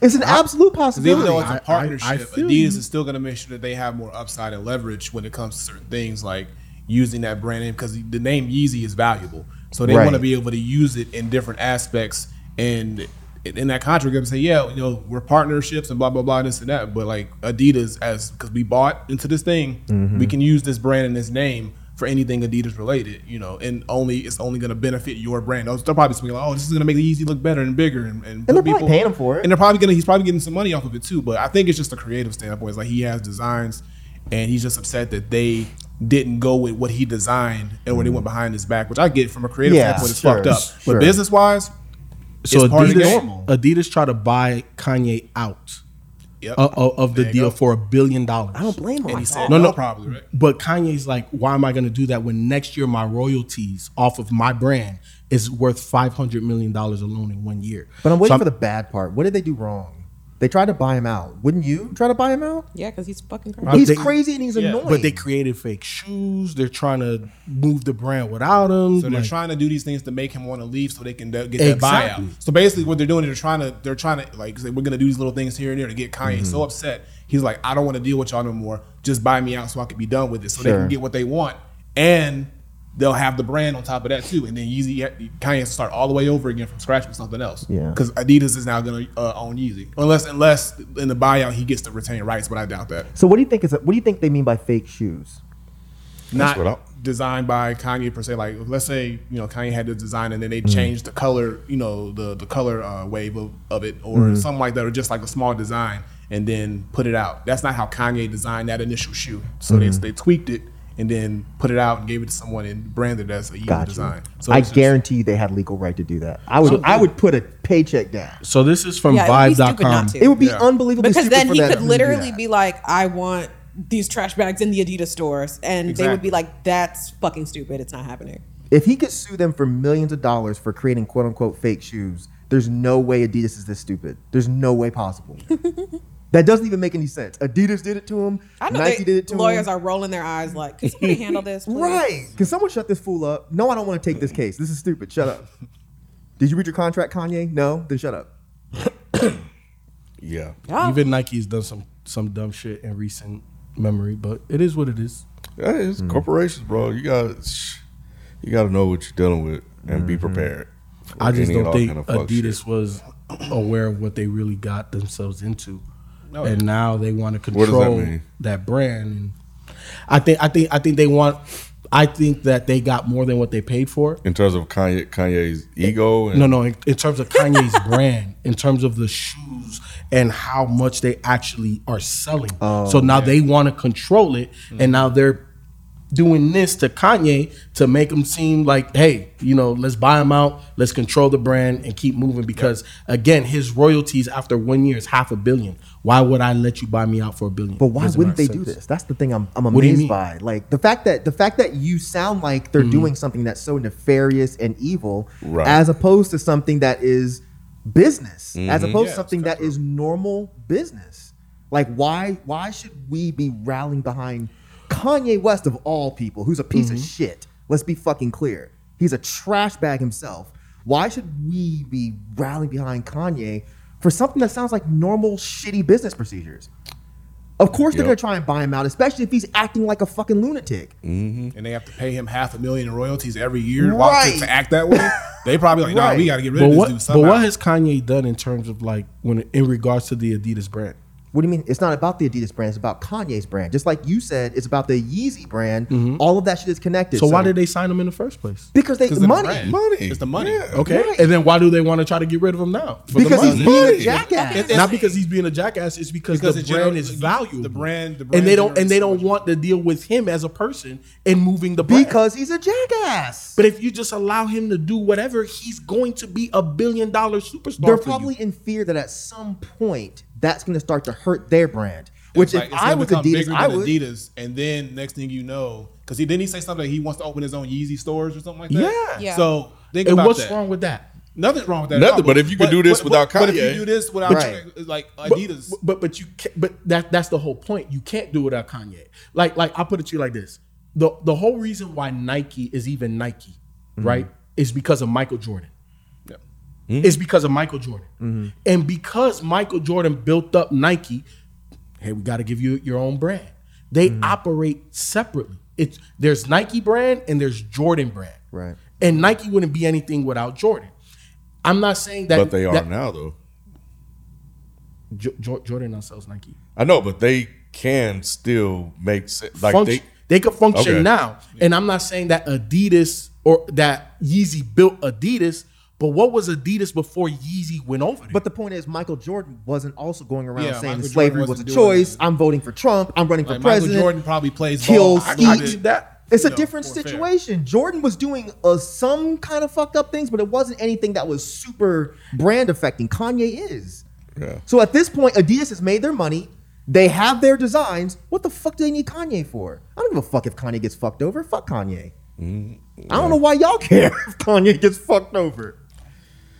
It's an absolute 'Cause even though possibility. it's I- a I- I partnership, feel Adidas you. is still going to make sure that they have more upside and leverage when it comes to certain things like using that brand name because the name Yeezy is valuable. So they Right. want to be able to use it in different aspects and in that contract and say, yeah, you know, we're partnerships and blah blah blah this and that. But like Adidas, as because we bought into this thing, Mm-hmm. we can use this brand and this name. For anything Adidas related, you know, and only it's only going to benefit your brand. They're probably speaking like, "Oh, this is going to make Yeezy look better and bigger," and, and, they're probably paying him for it. And they're probably gonna he's probably getting some money off of it too. But I think it's just a creative standpoint. It's like he has designs, and he's just upset that they didn't go with what he designed and where they went behind his back, which I get from a creative Mm. Yeah, standpoint. It's sure, fucked up, sure. but business wise, So It's part of the game. Adidas, Adidas tried to buy Kanye out Yep. o- o- of the There you deal go. for a billion dollars. I don't blame him. And he Oh said, No, no, no. probably, right? But Kanye's like, why am I going to do that when next year my royalties off of my brand is worth five hundred million dollars alone in one year? But I'm So waiting for the bad part. What did they do wrong? They tried to buy him out. Wouldn't you try to buy him out? Yeah, because he's fucking Uh, crazy. He's they- crazy and he's yeah, annoying. But they created fake shoes. They're trying to move the brand without him. So they're Like, trying to do these things to make him want to leave, so they can do- get that Exactly. buyout. So basically, what they're doing is they're trying to they're trying to like say we're gonna do these little things here and there to get Kanye so upset. He's like, I don't want to deal with y'all no more. Just buy me out so I can be done with it. So they Sure. can get what they want, and they'll have the brand on top of that too. And then Yeezy Kanye has to start all the way over again from scratch with something else. Yeah. because Adidas is now gonna uh, own Yeezy unless unless in the buyout he gets to retain rights, but I doubt that. so what do you think is what do you think they mean by fake shoes? not what I- designed by Kanye per se. Like let's say you know Kanye had the design and then they Mm-hmm. changed the color, you know the the color uh, wave of, of it or Mm-hmm. something like that, or just like a small design and then put it out. That's not how Kanye designed that initial shoe. So Mm-hmm. they they tweaked it and then put it out and gave it to someone and branded it as a Yeezy Gotcha. design. I it's just- guarantee you they had legal right to do that. I would I would put a paycheck down. so this is from Yeah, it would be stupid Vibe.com. not to. It would be Yeah. unbelievable because then he could literally be. be like, I want these trash bags in the Adidas stores. And they would be Exactly. like, that's fucking stupid. It's not happening. If he could sue them for millions of dollars for creating quote unquote fake shoes, there's no way Adidas is this stupid. There's no way possible. that doesn't even make any sense. Adidas did it to him. I know Nike they, did it to lawyers him. are rolling their eyes like, can somebody handle this? please?" right. Can someone shut this fool up? No, I don't want to take this case. This is stupid. Shut up. did you read your contract, Kanye? No? Then shut up. Yeah. Yeah. Even Nike's done some some dumb shit in recent memory, but it is what it is. Yeah, it's corporations, bro. You got you got to know what you're dealing with and be prepared. for I just any and don't all think kind of fuck Adidas shit. was aware of what they really got themselves into, No, and yeah. now they want to does that control that, mean? brand. And I think I think I think they want. I think that they got more than what they paid for. in terms of Kanye Kanye's ego and No, no. In, in terms of Kanye's brand, in terms of the shoes and how much they actually are selling, Oh, so now they want to control it, and now they're doing this to Kanye to make him seem like, hey, you know, let's buy him out, let's control the brand and keep moving. Because again, his royalties after one year is half a billion. Why would I let you buy me out for a billion? But why Doesn't wouldn't they make do sense. this? That's the thing I'm, I'm do you amazed mean? Mm-hmm. by. Like the fact that the fact that you sound like they're doing something that's so nefarious and evil, Right. as opposed to something that is business, Mm-hmm. as opposed it's to something that is normal business. Like why why should we be rallying behind Kanye West of all people, who's a piece of Mm-hmm. shit? Let's be fucking clear. He's a trash bag himself. Why should we be rallying behind Kanye for something that sounds like normal shitty business procedures? Of course they're Yep. gonna try and buy him out, especially if he's acting like a fucking lunatic. Mm. and they have to pay him half a million in royalties every year while Right. to, to act that way. They probably like, no, Right. we got to get rid But of this what, dude but somehow. what has Kanye done in terms of like when in regards to the Adidas brand? What do you mean? It's not about the Adidas brand, it's about Kanye's brand. Just like you said, it's about the Yeezy brand. Mm-hmm. All of that shit is connected. So why did they sign him in the first place? Because they 'Cause of the money. brand. money. It's the money. Yeah. Okay, and then why do they want to try to get rid of him now? For the Because money. he's being a jackass. It's not because he's being a jackass. It's because, Because the it brand gener- is valuable. the brand- the and they brand don't and generates they so don't much want to deal with him as a person and moving the brand. Because he's a jackass. but if you just allow him to do whatever, he's going to be a billion dollar superstar. they're for you. probably in fear that at some point that's going to start to hurt their brand. Which, like, if it's I gonna was become Adidas, bigger I than would. Adidas, and then next thing you know, because he didn't he say something he wants to open his own Yeezy stores or something like that. Yeah. Yeah. So think And about what's that. wrong with that? Nothing's wrong with that. at Nothing, all, but if you could do this without but, but if Kanye- you do this without Right. like But- Adidas, But, but you can't, but that that's the whole point. You can't do it without Kanye. Like like I put it to you like this: the the whole reason why Nike is even Nike, Mm-hmm. right, is because of Michael Jordan. Yeah. It's because of Michael Jordan, Mm-hmm. and because Michael Jordan built up Nike. Hey, we got to give you your own brand. They Mm-hmm. operate separately. It's there's Nike brand and there's Jordan brand. Right. And Nike wouldn't be anything without Jordan. I'm not saying that. but they are that- now though. Jo- Jo- Jordan now sells Nike. I know, but they can still make sense. Like Func- they, they, could function Okay. now. And I'm not saying that Adidas or that Yeezy built Adidas, but what was Adidas before Yeezy went over there? But the point is, Michael Jordan wasn't also going around Yeah, saying Michael slavery Jordan was a wasn't doing choice. that. I'm voting for Trump. I'm running like, for Michael president. Jordan probably plays kill ball. I believe skeet. it. It's a You know, different for fair. situation. Jordan was doing uh, some kind of fucked up things, but it wasn't anything that was super brand affecting. Kanye is. Yeah. So at this point, Adidas has made their money. They have their designs. What the fuck do they need Kanye for? I don't give a fuck if Kanye gets fucked over. Fuck Kanye. I don't know why y'all care if Kanye gets fucked over.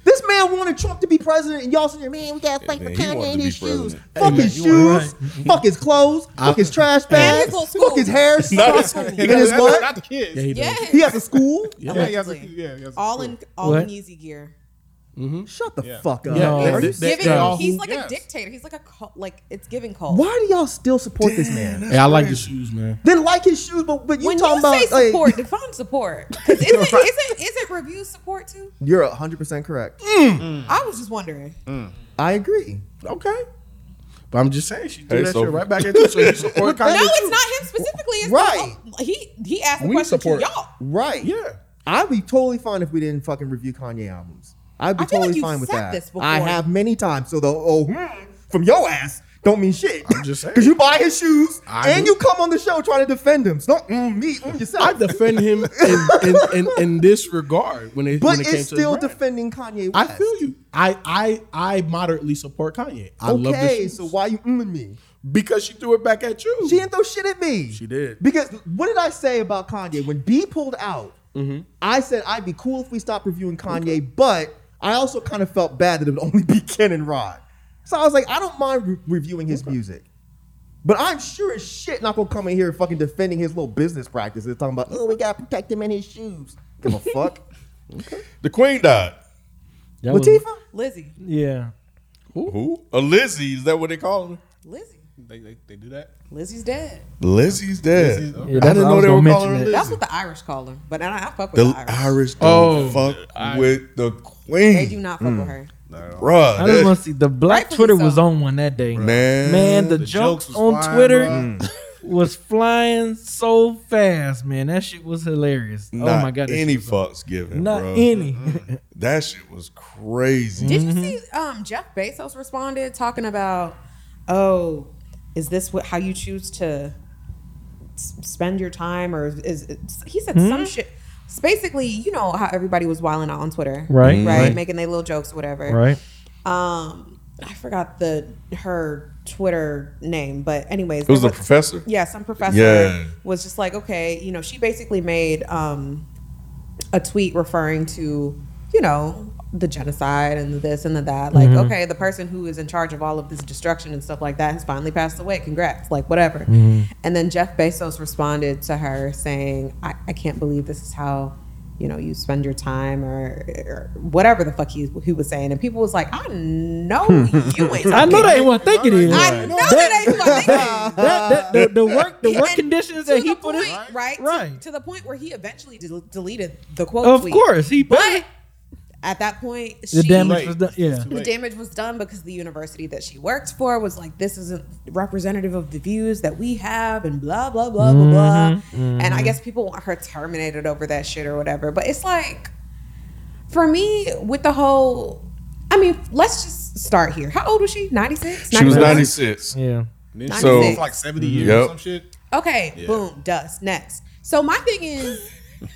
This man wanted Trump to be president, and y'all sitting there, man, we gotta fight for man, he wanted Kanye to and be his shoes. president. Fuck his shoes, fuck his clothes, fuck his trash bag, his little school. fuck his hair, and his That's not- what? not the kids. Yeah, he Yeah. does. He has a school. Yeah, he has a- Allegedly. yeah, he has a all school. in all What? in easy gear. Shut the Yeah. fuck up. Yeah, Are they- you- they- Giving, they all- he's like yes. a dictator. He's like a cult, like it's giving cult. why do y'all still support this man? Hey, I like the shoes, man. Then like his shoes, but but you When you talking about say like- support, define support. 'Cause Isn't, isn't, isn't review support too? You're 100% correct. I was just wondering. I agree. Okay. But I'm just saying, she threw Hey, that so- shit right back at you. So you support Kanye No, it's too. not him specifically. It's Right. the- he he asked the We question support- to y'all. Right. Yeah. I'd be totally fine if we didn't fucking review Kanye albums. I'd be I feel like totally you've fine with said that. this before. I have many times. So the oh hmm, from your ass don't mean shit. I'm just saying. Because you buy his shoes I and do. you come on the show trying to defend him. So don't mm, me mm, yourself. I defend him in, in, in, in this regard when it, but when it came it's to still his brand. defending Kanye. I West. feel you. I I I moderately support Kanye. I okay, love this. so why you mm me? Because she threw it back at you. She didn't throw shit at me. She did. Because what did I say about Kanye? When B pulled out, I said I'd be cool if we stopped reviewing Kanye, but I also kind of felt bad that it would only be Ken and Rod. So I was like, I don't mind re- reviewing his music. But I'm sure as shit not gonna come in here fucking defending his little business practices, talking about, oh, we gotta protect him in his shoes. Give a fuck. The queen died. That was- Latifah? Lizzie, Yeah. Who? A Lizzie? Is that what they call her? Lizzie, They, they, they do that. Lizzie's dead. Lizzie's dead. Yeah, I that's didn't what know they I were was calling her gonna mention Lizzie. that. That's what the Irish call her. But I, I fuck with the, The Irish. Irish don't Oh, fuck Irish. with the They do queen, not fuck with her. bruh. I just that- want to see the black Rightfully Twitter so. was on one that day. Man. man, the, The jokes, jokes was on flying, Twitter bruh. Mm. was flying so fast, man. That shit was hilarious. not oh my god, that any shit was- fucks given, not bro. any. That shit was crazy. Did you see um, Jeff Bezos responded talking about, oh, is this what how you choose to s- spend your time or is, is he said some shit. It's basically, you know how everybody was wilding out on Twitter, Right, Right, right. making their little jokes, or whatever. right? Um, I forgot the her Twitter name, but anyways, It was there a professor. yeah, some professor Yeah. was just like, okay, you know, she basically made um, a tweet referring to, you know, the genocide and the this and the that. Like, Mm-hmm. okay, the person who is in charge of all of this destruction and stuff like that has finally passed away. Congrats, like whatever. Mm-hmm. And then Jeff Bezos responded to her saying, I, I can't believe this is how. You know, you spend your time, or, or whatever the fuck he, he was saying, and people was like, "I know you ain't." Hmm. I know talking. that ain't what I think it is. I know that ain't what I think. That- that- the, the work, the work And conditions to that the he put point, in, right, to- right. To, the point where he eventually del- deleted the quote. of tweet. course, he but at that point, she, the damage Right. was done. Yeah, the damage was done because the university that she worked for was like, this isn't representative of the views that we have, and blah blah blah blah blah. Mm-hmm. And I guess people want her terminated over that shit or whatever. But it's like, for me, with the whole, I mean, let's just start here. How old was she? Ninety six. She was 96. yeah. And then she So- so, for like 70 years Yep. or some shit. Okay, boom, dust. Next. So my thing is,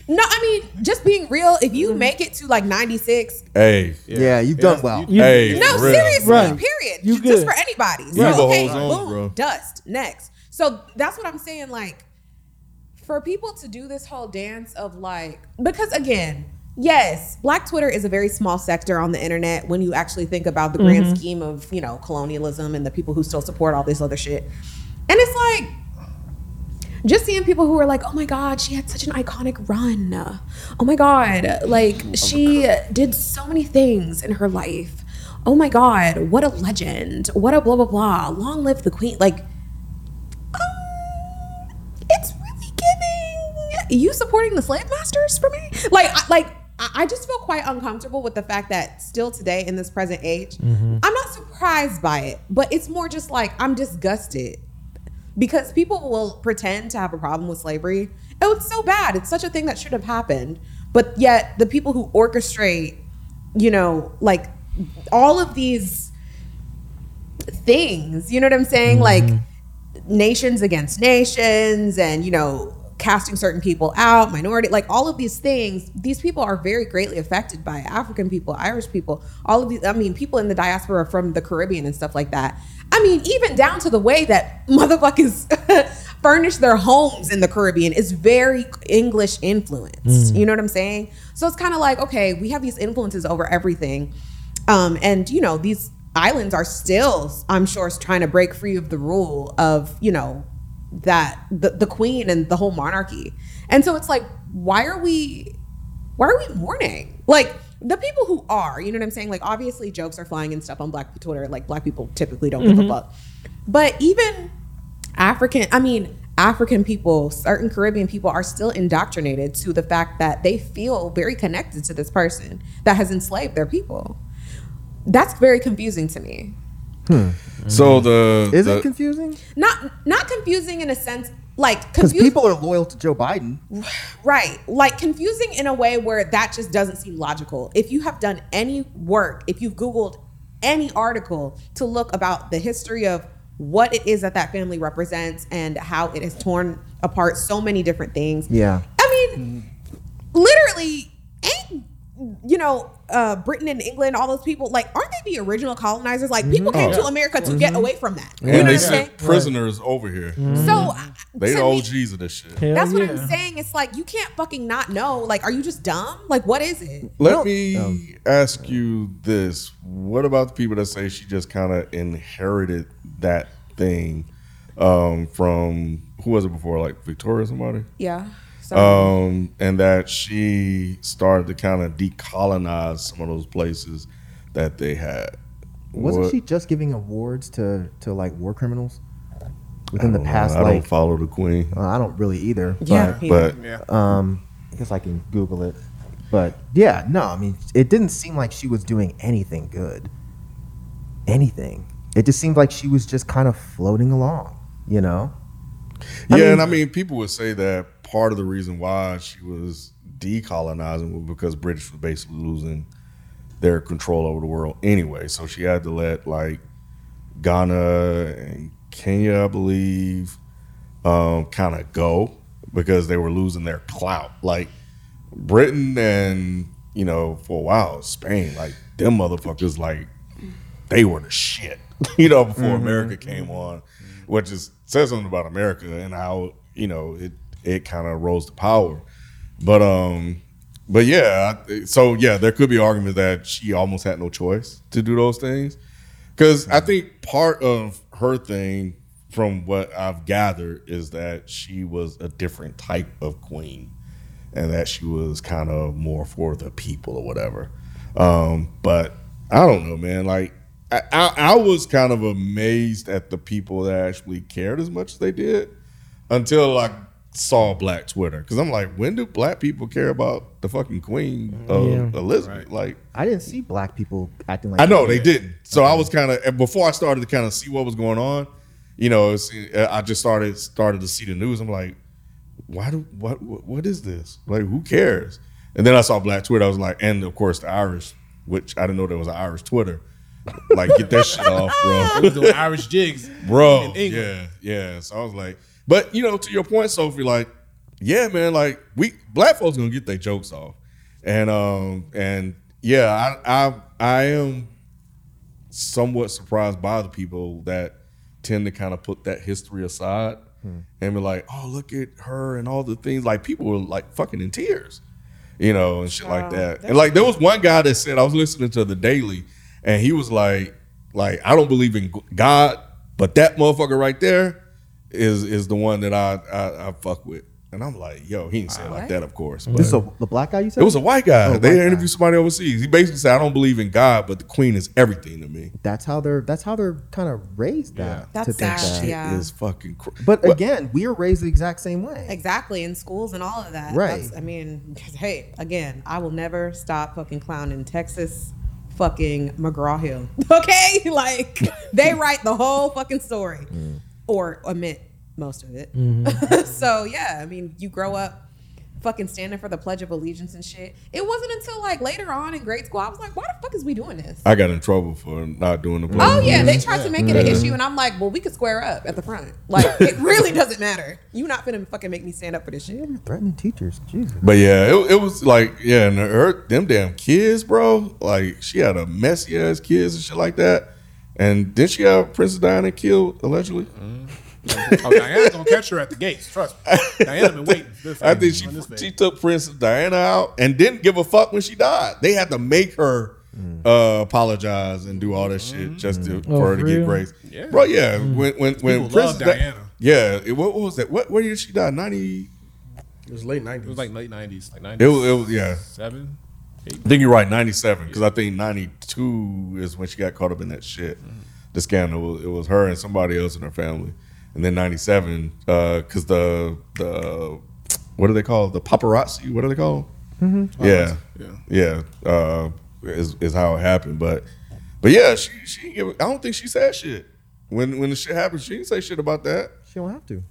no, I mean, just being real. If Mm-hmm. you make it to like ninety six, Hey, Yeah, you've done well. You, hey, no, for real. seriously, Right. period. You Ju- just good. for anybody. So, Evil okay, hoes on, boom, bro. dust. Next. So that's what I'm saying. Like, for people to do this whole dance of like, because again. Yes, Black Twitter is a very small sector on the internet when you actually think about the Mm-hmm. grand scheme of, you know, colonialism and the people who still support all this other shit. And it's like, just seeing people who were like, "Oh my God, she had such an iconic run. Oh my God, like she did so many things in her life. Oh my God, what a legend. What a blah blah blah. Long live the queen." Like, um, it's really giving you supporting the slave masters for me. Like, I, like I I just feel quite uncomfortable with the fact that still today in this present age, I'm not surprised by it, but it's more just like I'm disgusted because people will pretend to have a problem with slavery. Oh, it's so bad. It's such a thing that should have happened. But yet, the people who orchestrate, you know, like all of these things, you know what I'm saying? Like nations against nations and, you know, casting certain people out, minority, like all of these things, these people are very greatly affected by it. African people, Irish people, all of these, I mean, people in the diaspora from the Caribbean and stuff like that. I mean, even down to the way that motherfuckers furnish their homes in the Caribbean is very English influenced. You know what I'm saying? So it's kind of like, okay, we have these influences over everything. Um, and, you know, these islands are still, I'm sure, trying to break free of the rule of, you know, that the, the queen and the whole monarchy. And so it's like, why are we why are we mourning? Like the people who are, you know what I'm saying? Like obviously jokes are flying and stuff on black Twitter. Like black people typically don't give a fuck. But even African, I mean, African people, certain Caribbean people are still indoctrinated to the fact that they feel very connected to this person that has enslaved their people. That's very confusing to me. So the Is the- it confusing? Not not confusing in a sense like Because confused- people are loyal to Joe Biden. Right. Like confusing in a way where that just doesn't seem logical. If you have done any work, if you've Googled any article to look about the history of what it is that that family represents and how it has torn apart so many different things. Yeah. I mean, literally, ain't, you know, uh, Britain and England, all those people, like, aren't they the original colonizers? Like, people came to America to get away from that. You know and what they I'm sent saying? prisoners over here. So, uh, to They the me- OGs of this shit. Hell that's what yeah. I'm saying. It's like you can't fucking not know. Like, are you just dumb? Like, what is it? Let me ask you this: What about the people that say she just kind of inherited that thing um, from who was it before, like Victoria, or somebody, Yeah. So um, and that she started to kind of decolonize some of those places that they had. Wasn't What- she just giving awards to to like war criminals within the I don't know. past? I like don't follow the queen, uh, I don't really either. yeah, yeah. but But, um, I guess I can Google it. But yeah, no, I mean, it didn't seem like she was doing anything good. Anything. It just seemed like she was just kind of floating along. You know. yeah, I mean- and I mean, people would say that part of the reason why she was decolonizing was because British was basically losing their control over the world anyway. So she had to let like Ghana and Kenya, I believe, um, kind of go because they were losing their clout. Like Britain and you know, for a while, Spain, like them motherfuckers, like they were the shit, you know, before America came on, which is says something about America and how you know it it kind of rose to power. But um, but yeah, I- so yeah, there could be arguments that she almost had no choice to do those things because I think part of her thing, from what I've gathered, is that she was a different type of queen and that she was kind of more for the people or whatever. Um, but I don't know, man. Like I, I, I was kind of amazed at the people that actually cared as much as they did until I saw Black Twitter because I'm like, when do Black people care about the fucking Queen of Elizabeth? Like I didn't see black people acting like I know they didn't. So I was kind of before I started to kind of see what was going on. You know, it's, uh, I just started started to see the news. I'm like, why do what what, what is this? Like, who cares? And then I saw Black Twitter. I was like, and of course the Irish, which I didn't know there was an Irish Twitter. Like, get that shit off, bro, We doing Irish jigs. bro. Yeah, England. yeah. So I was like, but you know, to your point, Sophie, like, yeah, man, like we black folks gonna get their jokes off, and um and yeah, I I I am somewhat surprised by the people that tend to kind of put that history aside Hmm. and be like, oh, look at her and all the things. Like people were like fucking in tears, you know, and shit like that. And like there was one guy that said I was listening to the Daily, and he was like, like I don't believe in God, but that motherfucker right there is is the one that I I, I fuck with. And I'm like, yo, he didn't say it like What? that, of course. This But is a, the black guy you said. it was a white guy. Oh, they white guy. interviewed somebody overseas. He basically said, I don't believe in God, but the queen is everything to me. that's how they're that's how they're kind of raised now. to That's think sad, that. It Yeah. is fucking crazy. But again, we are raised the exact same way. exactly in schools and all of that. Right. That's- I mean, 'cause, hey, again, I will never stop fucking clowning Texas, fucking McGraw Hill. Okay, like they write the whole fucking story, or omit most of it. so yeah, I mean, you grow up fucking standing for the Pledge of Allegiance and shit. It wasn't until like later on in grade school I was like, why the fuck is we doing this? I got in trouble for not doing the play. Oh yeah, they tried to make it an issue, and I'm like, well, we could square up at the front. Like, it really doesn't matter. You're not finna fucking make me stand up for this shit. Threatening teachers. Jesus. Mm-hmm. But yeah, it, it was like yeah, and her them damn kids, bro. Like she had a messy ass kids and shit like that. And then she got Princess Diana killed allegedly. Oh, Diana's gonna catch her at the gates. Trust me. Diana been waiting. for This I think she on this she day. took Princess Diana out and didn't give a fuck when she died. They had to make her uh, apologize and do all that shit just to, Oh, for her to for get real? grace. Bro, yeah. When when when love Princess Di- Diana. yeah, it- what, what was that? What what year she died? Ninety. It was late nineties. It was like late nineties, like It ninety was, it was yeah. seven. I think you're right, 97, because I think 92 is when she got caught up in that shit. The scandal, it was, it was her and somebody else in her family. And then 97, because the, the, what are they called? The paparazzi, what are they called? Yeah. Yeah. Uh, is, is how it happened. But, but yeah, she, she didn't give, a- I don't think she said shit. When, when the shit happened, she didn't say shit about that. She don't have to.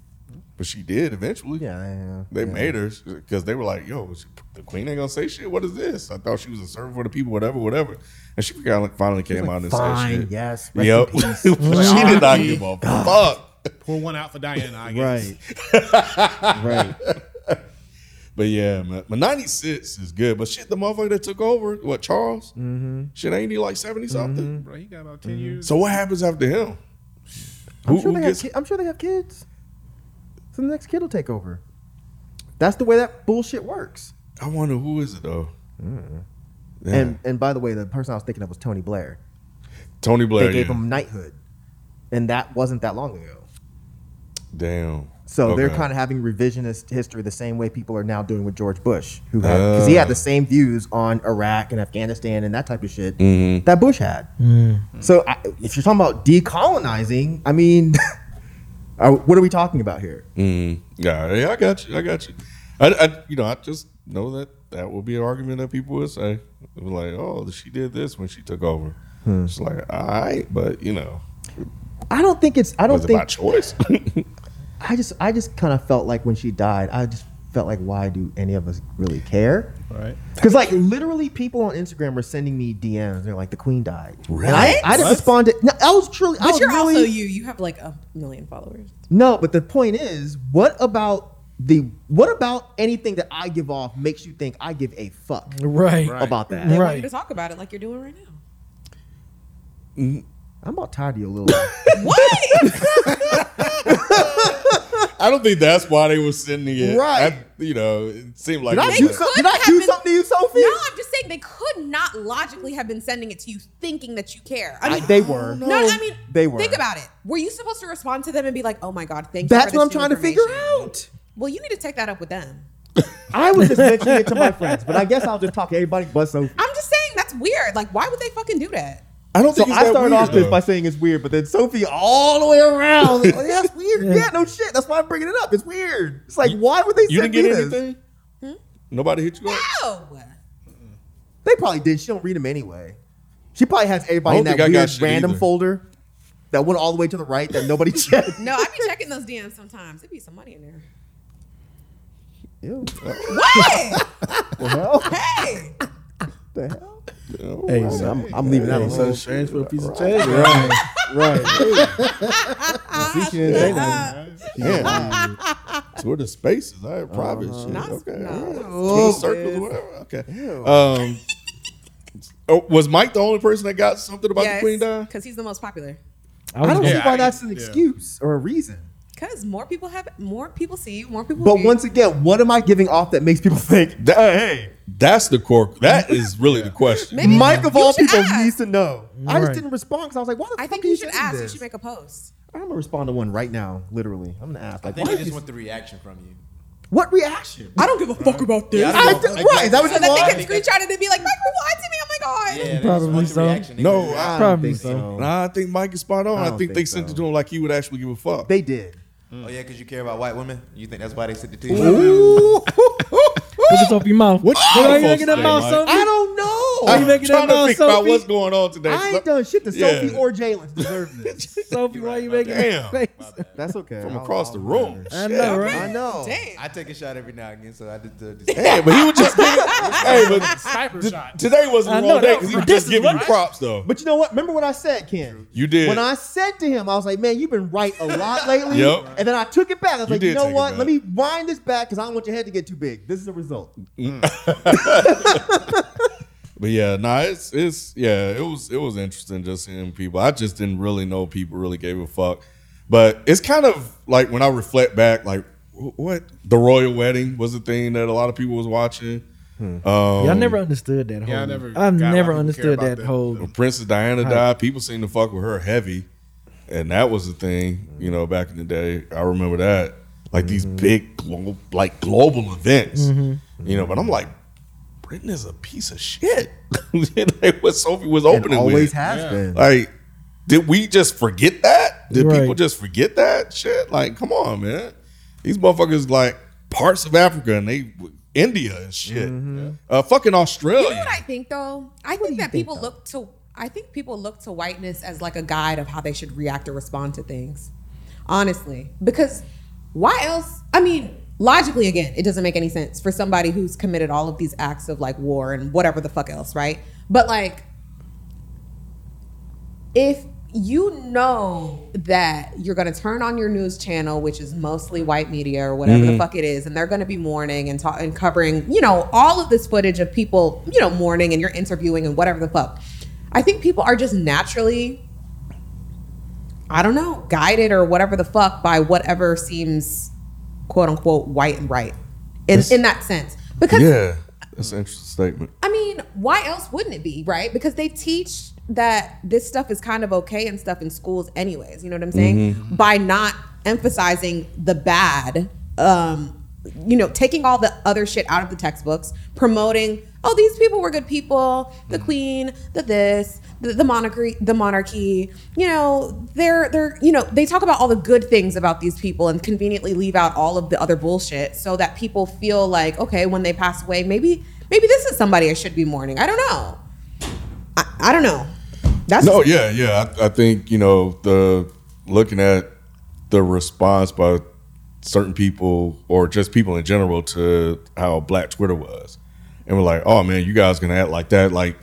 But she did eventually. Yeah, yeah. They made her because they were like, "Yo, she- the queen ain't gonna say shit. What is this? I thought she was a servant for the people, whatever, whatever." And she finally finally came out and said Fine. shit. Yes. rest in Yep. peace. she did not give a fuck. Pour one out for Diana, I guess. Right. right. But yeah, man. But ninety six is good. But shit, the motherfucker that took over, what Charles? Mm-hmm. Shit, ain't he like seventy something? Mm-hmm. Bro, he got about 10 years. So what happens after him? I'm Who- sure who they have. gets- ki- I'm sure they have kids. So the next kid will take over. That's the way that bullshit works. I wonder who is it though. Yeah. And and by the way, the person I was thinking of was Tony Blair. Tony Blair. They gave yeah. him knighthood, and that wasn't that long ago. Damn. So they're Okay. kind of having revisionist history the same way people are now doing with George Bush, who had because he Uh. had the same views on Iraq and Afghanistan and that type of shit Mm-hmm. that Bush had. Mm. So I, if you're talking about decolonizing, I mean, uh, what are we talking about here? Mm, yeah, yeah, I got you. I got you. I, I, you know, I just know that that will be an argument that people would say, It was like, "Oh, she did this when she took over." Hmm. It's like, all right, but you know, I don't think it's. I don't was it think by choice? I just I just kind of felt like when she died, I just felt like why do any of us really care? Right. Because like literally, people on Instagram were sending me DMs. They're like, "The Queen died." Really? I, I didn't respond to. No, I was truly. I But was you're Oh, really, also you. You have like a million followers. no. But the point is, what about the what about anything that I give off makes you think I give a fuck Right. about that? They want Right. you to talk about it like you're doing right now. I'm about tired of you a little. What? I don't think that's why they were sending it. Right. I- you know, it seemed like Did I it do was- could something? Did I have do been- something to you, Sophie? no, I'm just saying they could not logically have been sending it to you thinking that you care. I I- mean, they were. No, I mean, They were. Think about it. Were you supposed to respond to them and be like, "Oh my god, thank you"? That's for what I'm this new trying to figure information? out. Well, you need to take that up with them. I was just mentioning it to my friends, but I guess I'll just talk to everybody but Sophie. I'm just saying that's weird. Like, why would they fucking do that? I don't So think it's I that started weird, off this though. by saying it's weird, but then Sophie all the way around. Like, yeah, it's weird. yeah. no shit. That's why I'm bringing it up. It's weird. It's like, why would they you didn't send get me this? anything. Hmm? Nobody hit you up. No. They probably did. She don't read them anyway. She probably has everybody I in don't that think I got weird shit random either. folder that went all the way to the right that nobody checked. No, I be checking those DMs sometimes. There'd be some money in there. Ew. What? What hey. the hell? Oh, hey, So so I'm, I'm leaving that I'm so alone. strange for a piece of change. man. Tour the spaces. I had private shit. okay. no. Tour the circles or whatever. Okay. Um, oh, was Mike the only person that got something about the Queen dying? because he's the most popular. I don't Yeah, see why I- that's an yeah. excuse or a reason. Because more people have, more people see you, more people. But read. once again, what am I giving off that makes people think That, hey, that's the core. That is really the question. Maybe Mike of you all should people ask. needs to know? I just Right. didn't respond because I was like, why the I fuck think are you should doing ask. You this? should make a post. I'm gonna respond to one right now, literally. I'm gonna ask, I like, think what, they just is- want the reaction from you. what reaction? I don't give a fuck about this. Yeah, I don't did- know. right, that was so just that why. they can screenshot it and be like, Mike replied to me. Oh my god. Yeah, they just Probably want the so. reaction. They No, want the I- reaction. I Probably don't think so. so. Nah, I think Mike is spot on. I I, don't think, think they sent it so. to him like he would actually give a fuck. They did. Oh yeah, because you care about white women. You think that's why they sent it to you? Look at Sophie's mouth. What you you supposed making that to say, mouth, Mike? Sophie? I don't know. Oh, you making that trying to mouth, think about Sophie? what's going on today. I ain't done shit to Yeah. Sophie or Jalen to deserve this. Sophie, why you making Damn. that face? That's okay. from I'll- across the room. I know, right? I know. I take a shot every now and again, so I uh, did the. the- Yeah, but he was just giving. hey, but Sniper shot. today wasn't I the know, wrong day that because was he was just ridiculous, giving you right? props though. But you know what? Remember what I said, Ken? You did. When I said to him, I was like, man, you've been right a lot lately. Yep. And then I took it back. I was You like, you did know take it what? back. Let me wind this back because I don't want your head to get too big. This is the result. But yeah, nah, it's it's yeah, it was it was interesting just seeing people. I just didn't really know people really gave a fuck. But it's kind of like when I reflect back, like wh- what the royal wedding was a thing that a lot of people was watching. Um, Oh. Y'all never understood that whole. Yeah, I never I've got why never people care understood about that that. whole. when Princess Diana died. People seemed to fuck with her heavy, and that was a thing. You know, back in the day, I remember that. Like these big, glo- like global events. You know, but I'm like, Britain is a piece of shit. like what Sophie was And opening always with. has been. Like, did we just forget that? Did Right. people just forget that shit? Like, come on, man. These motherfuckers like parts of Africa and they India and shit. Uh, fucking Australia. You know what I think though? I think that people look to I think people look to whiteness as like a guide of how they should react or respond to things. Honestly, because why else? I mean, logically again, it doesn't make any sense for somebody who's committed all of these acts of like war and whatever the fuck else, right? But like if you know that you're going to turn on your news channel, which is mostly white media or whatever the fuck it is, and they're going to be mourning and, ta- and covering, you know, all of this footage of people, you know, mourning and you're interviewing and whatever the fuck. I think people are just naturally, I don't know, guided or whatever the fuck by whatever seems quote unquote white and right in, in that sense. Because yeah. That's an interesting statement. I mean, why else wouldn't it be, right? Because they teach that this stuff is kind of okay and stuff in schools, anyways. You know what I'm saying? By not emphasizing the bad, um, you know, taking all the other shit out of the textbooks, promoting, oh, these people were good people, the queen, the this, the, the monarchy, the monarchy. You know, they're they're you know they talk about all the good things about these people and conveniently leave out all of the other bullshit, so that people feel like, okay, when they pass away, maybe maybe this is somebody I should be mourning. I don't know. I, I don't know. That's No, Oh, yeah, yeah. I, I think, you know, the looking at the response by certain people or just people in general to how black Twitter was. And we're like, oh man, you guys gonna act like that. Like,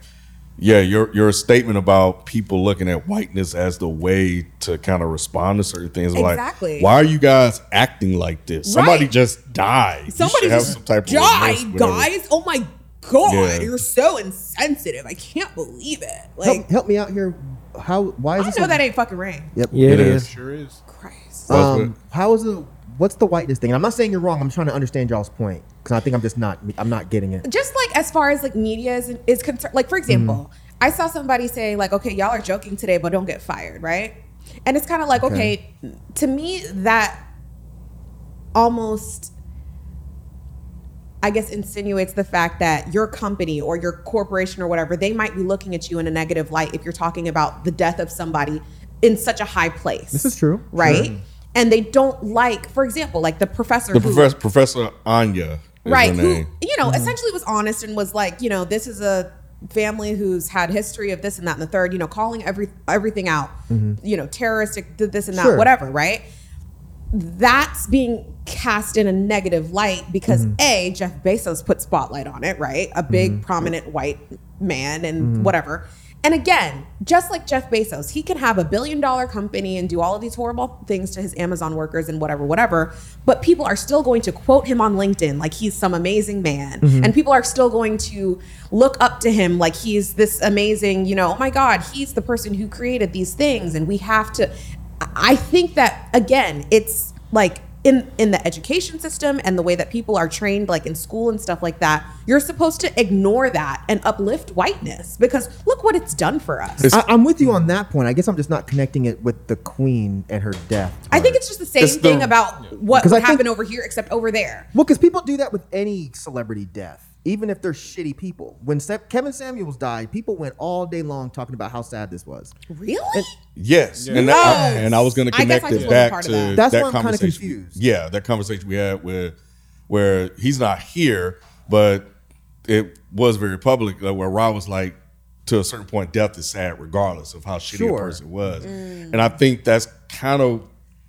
yeah, your your statement about people looking at whiteness as the way to kind of respond to certain things. Like, Exactly. why are you guys acting like this? Somebody Right. just died. You should somebody have just some type of remorse, died, whatever. guys. Oh my god, Yeah. you're so insensitive. I can't believe it. Like Help, help me out here. How? Why I is this? know a- that ain't fucking rain. Yep. Yeah, it It is. is. Sure is. Christ. That's Um, how is the? What's the whiteness thing? And I'm not saying you're wrong. I'm trying to understand y'all's point because I think I'm just not. I'm not getting it. just like as far as like media is, is concerned like for Mm. example i saw somebody saying like okay y'all are joking today but don't get fired right and it's kind of like okay. to me that almost i guess insinuates the fact that your company or your corporation or whatever they might be looking at you in a negative light if you're talking about the death of somebody in such a high place This is true. right and they don't like for example like the professor The who- professor, Professor Anya is right her who name. you know essentially was honest and was like you know this is a family who's had history of this and that and the third you know calling every everything out you know terroristic did this and that Sure. whatever right that's being cast in a negative light because a jeff bezos put spotlight on it right a big prominent white man and whatever and again just like jeff bezos he can have a billion dollar company and do all of these horrible things to his amazon workers and whatever whatever but people are still going to quote him on linkedin like he's some amazing man and people are still going to look up to him like he's this amazing you know oh my god he's the person who created these things and we have to I think that again, it's like in in the education system and the way that people are trained, like in school and stuff like that. You're supposed to ignore that and uplift whiteness because look what it's done for us. I, I'm with you on that point. I guess I'm just not connecting it with the queen and her death. I think it's just the same It's the- thing about what 'Cause would I think- happen over here, except over there. Well, because people do that with any celebrity death, even if they're shitty people. When Se- Kevin Samuels died, people went all day long talking about how sad this was. Really? Yes, and, that, I, Yes. and I was going to I guess connect I it just wasn't back part to of that. that That's why I'm kinda conversation. confused. Yeah, that conversation we had where where he's not here, but it was very public like, where Rob was like, to a certain point, death is sad regardless of how shitty Sure. a person was. Mm. And I think that's kind of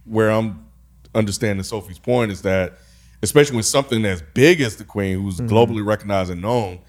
where I'm understanding Sophie's point is that, especially with something as big as the Queen, who's Mm-hmm. globally recognized and known,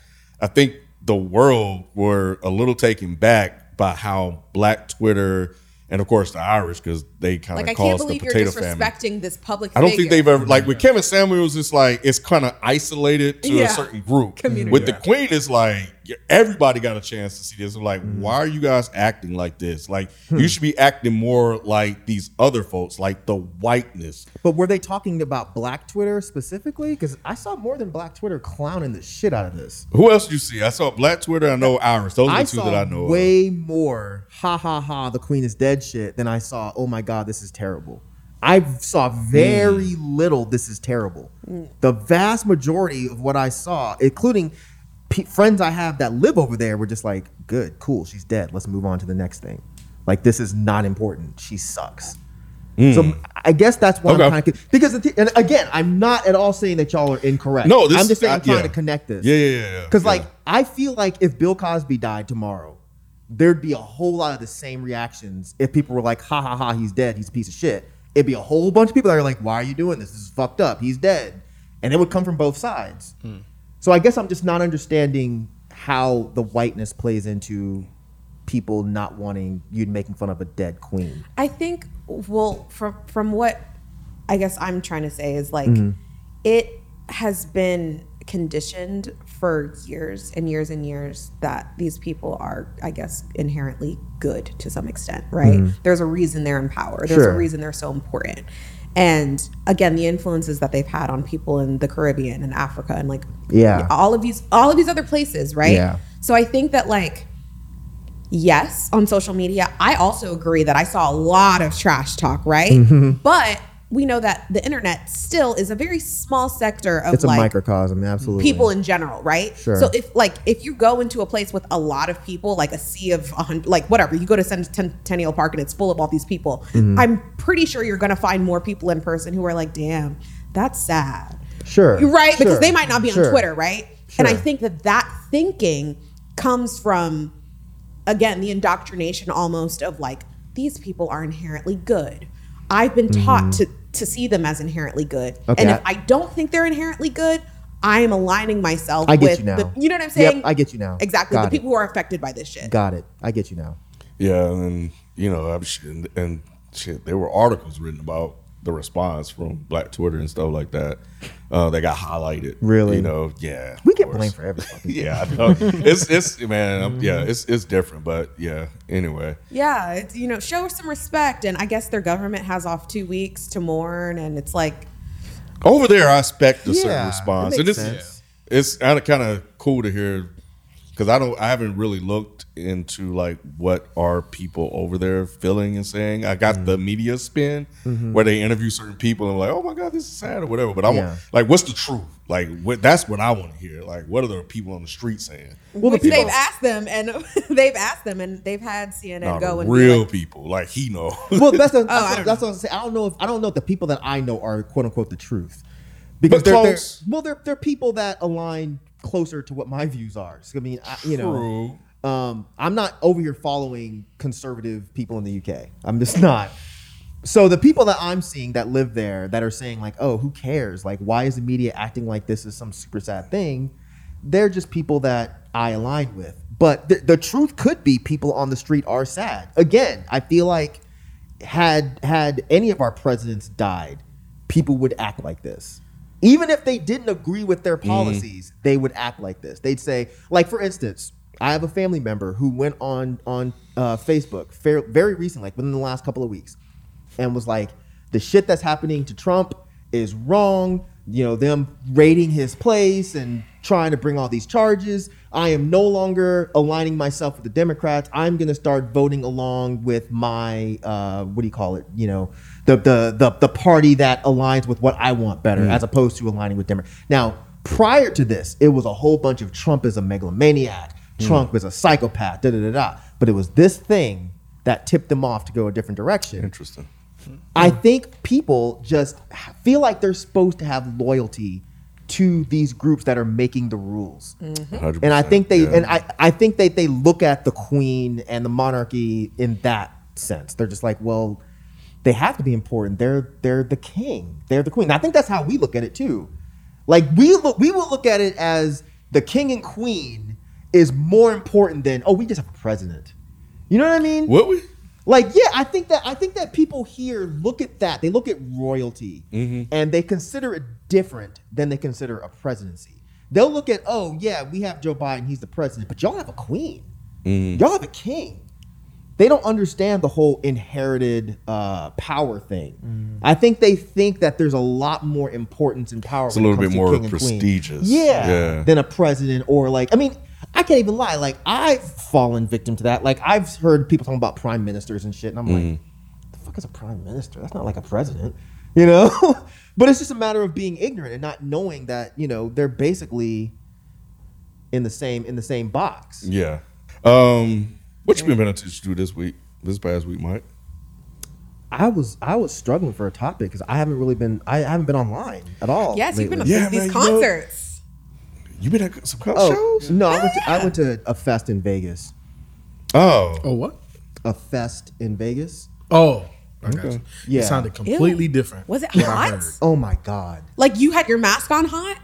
I think the world were a little taken back by how Black Twitter and of course the Irish, because they kind of Like I can't caused the believe you're potato famine. disrespecting this public. I don't figure. think they've ever like with Kevin Samuels. It's like it's kind of isolated to Yeah. a certain group. Community. With the Queen, it's like everybody got a chance to see this. I'm like, why are you guys acting like this? Like you should be acting more like these other folks, like the whiteness. But were they talking about Black Twitter specifically? Because I saw more than Black Twitter clowning the shit out of this. Who else you see? I saw Black Twitter. I know Irish. Those are the I two saw that I know. of. way more ha ha ha the queen is dead shit than I saw oh my god this is terrible. I saw very little this is terrible. The vast majority of what I saw, including pe friends I have that live over there, were just like, good, cool, she's dead. Let's move on to the next thing. Like this is not important. She sucks. So I guess that's why Hmm. Okay. I'm kind of because the th- and again I'm not at all saying that y'all are incorrect. No, this I'm just saying I- I'm trying yeah. to connect this. Yeah, yeah, yeah, yeah. Because yeah. like I feel like if Bill Cosby died tomorrow, there'd be a whole lot of the same reactions if people were like, ha ha ha, he's dead, he's a piece of shit. It'd be a whole bunch of people that are like, Why are you doing this? This is fucked up, he's dead. And it would come from both sides. Hmm. So I guess I'm just not understanding how the whiteness plays into people not wanting you making fun of a dead queen. I think well from from what I guess I'm trying to say is like Mm-hmm. it has been conditioned for years and years and years that these people are I guess inherently good to some extent, right? There's a reason they're in power. There's Mm-hmm. Sure. a reason they're so important. And again, the influences that they've had on people in the Caribbean and Africa and like Yeah. all of these all of these other places, right? Yeah. So I think that like yes on social media i also agree that i saw a lot of trash talk right Mm-hmm. but we know that the internet still is a very small sector of It's a like microcosm, absolutely. people in general right Sure. so if like if you go into a place with a lot of people like a sea of a hundred like whatever you go to Cent- centennial park and it's full of all these people Mm-hmm. i'm pretty sure you're gonna find more people in person who are like damn that's sad Sure. you're right because sure, they might not be on sure. twitter right and i Sure. think that that thinking comes from again the indoctrination almost of like these people are inherently good i've been taught to to see them as inherently good Mm-hmm. Okay, and if I- i don't think they're inherently good i am aligning myself I get with you now. the you know what i'm Yep, saying I get you now. exactly Got the it. people who are affected by this shit Got it. I get you now. Yeah, and you know, I'm sh- and, and shit. There were articles written about the response from Black Twitter and stuff like that. Uh, that got highlighted. Really? You know? Yeah. We of get course. blamed for everything. Yeah, I know. it's it's man. I'm- yeah, it's it's different, but yeah. Anyway, yeah it's, you know show some respect and i guess their government has off two weeks to mourn and it's like over there, I expect a certain Yeah, response, it and makes it's sense. it's kind of cool to hear because I don't I haven't really looked into like what are people over there feeling and saying. I got the media spin where they interview certain people and like, oh my god, this is sad or whatever. But I Yeah. want like, what's the truth? Like, what, that's what I want to hear. Like, what are the people on the street saying? which they've asked them and they've asked them and they've had cnn Nah, go and be real like, people, like he know. Well, that's the, Oh, I that's, don't that's what I'm saying. I don't know if I don't know if the people that I know are quote unquote the truth, But because they're, they're- close. well, they're they're people that align closer to what my views are. So, I mean, I, you know, True. um, I'm not over here following conservative people in the UK. I'm just not. So the people that I'm seeing that live there that are saying like, "Oh, who cares? Like, why is the media acting like this is some super sad thing?" They're just people that I align with. But th- the truth could be people on the street are sad. Again, I feel like had had any of our presidents died, people would act like this. Even if they didn't agree with their policies, they would act like this. They'd say, like for instance, I have a family member who went on on uh, Facebook fair, very recently, like within the last couple of weeks, and was like, the shit that's happening to Trump is wrong. You know, them raiding his place and trying to bring all these charges. I am no longer aligning myself with the Democrats. I'm going to start voting along with my uh, what do you call it? You know, the the the the party that aligns with what I want better, as opposed to aligning with Democrats. Now, prior to this, it was a whole bunch of Trump is a megalomaniac. Trump is a psychopath. Da da da da. But it was this thing that tipped them off to go a different direction. Interesting. I think people just feel like they're supposed to have loyalty to these groups that are making the rules. 100%, And I think they yeah. and I, I think that they look at the queen and the monarchy in that sense. They're just like, well, they have to be important. They're they're the king. They're the queen. And I think that's how we look at it too. Like we look we will look at it as the king and queen is more important than oh we just have a president. You know what I mean? Would we? Like, yeah, I think that I think that people here look at that. They look at royalty and they consider it different than they consider a presidency. They'll look at, oh yeah, we have Joe Biden, he's the president, but y'all have a queen. Y'all have a king. They don't understand the whole inherited uh, power thing. I think they think that there's a lot more importance in power. It's a when it little comes bit to more king and queen. prestigious. Yeah, Yeah. than a president or like I mean, I can't even lie. Like I've fallen victim to that. Like I've heard people talking about prime ministers and shit, and I'm Mm. like, the fuck is a prime minister? That's not like a president, you know. but it's just a matter of being ignorant and not knowing that you know they're basically in the same in the same box. Yeah. Um, what you been been to do this week? This past week, Mike. I was I was struggling for a topic because I haven't really been I haven't been online at all. Yes, you've been lately. to Yeah, these man, you know- concerts. You been at some concert Oh shows? no, I went, to, I went to a fest in Vegas. Oh, Oh what? A fest in Vegas. Oh, I got you. Yeah. It sounded completely Ew. different. Was it than hot? I heard. Oh my god. Like you had your mask on hot?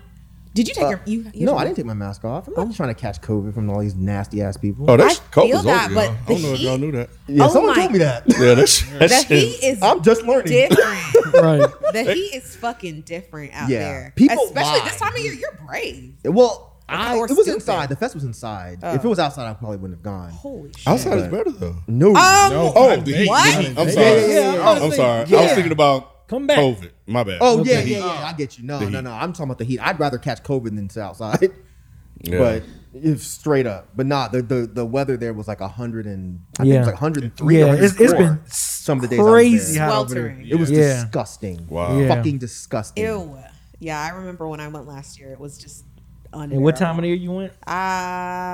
Did you take your you, you no, I didn't take my mask off. I'm not trying to catch COVID from all these nasty ass people. oh, that's I cold feel was that, over. but y'all. I don't the know if y'all heat- knew that. yeah, oh someone my- told me that. Yeah, that's The heat is I'm just learning. different. Right. the heat is fucking different out Yeah. there. People Especially lie. this time of year, you're brave. Well, I, or it was stupid. Oh. inside. The fest was inside. If it was outside, I probably wouldn't have gone. Holy shit. Outside is better though. No. Oh, Um, Oh, the heat. What? the heat. I'm Yeah, sorry. yeah, yeah, yeah. I'm sorry. I was Yeah. thinking about Come back. COVID. My bad. oh yeah, Okay. yeah, yeah. I get you. No, The no, heat. no. I'm talking about the heat. I'd rather catch COVID than sit outside. Yeah. But if straight up, but nah, the, the the weather there was like a hundred and I think it Yeah. was like 103. Yeah, it's- it's 104 been some of the days I was there. Crazy hot over there. Sweltering. It was Yeah. disgusting. Wow. Yeah. Fucking disgusting. Ew. Yeah, I remember when I went last year. It was just unbearable. And what time of the year you went?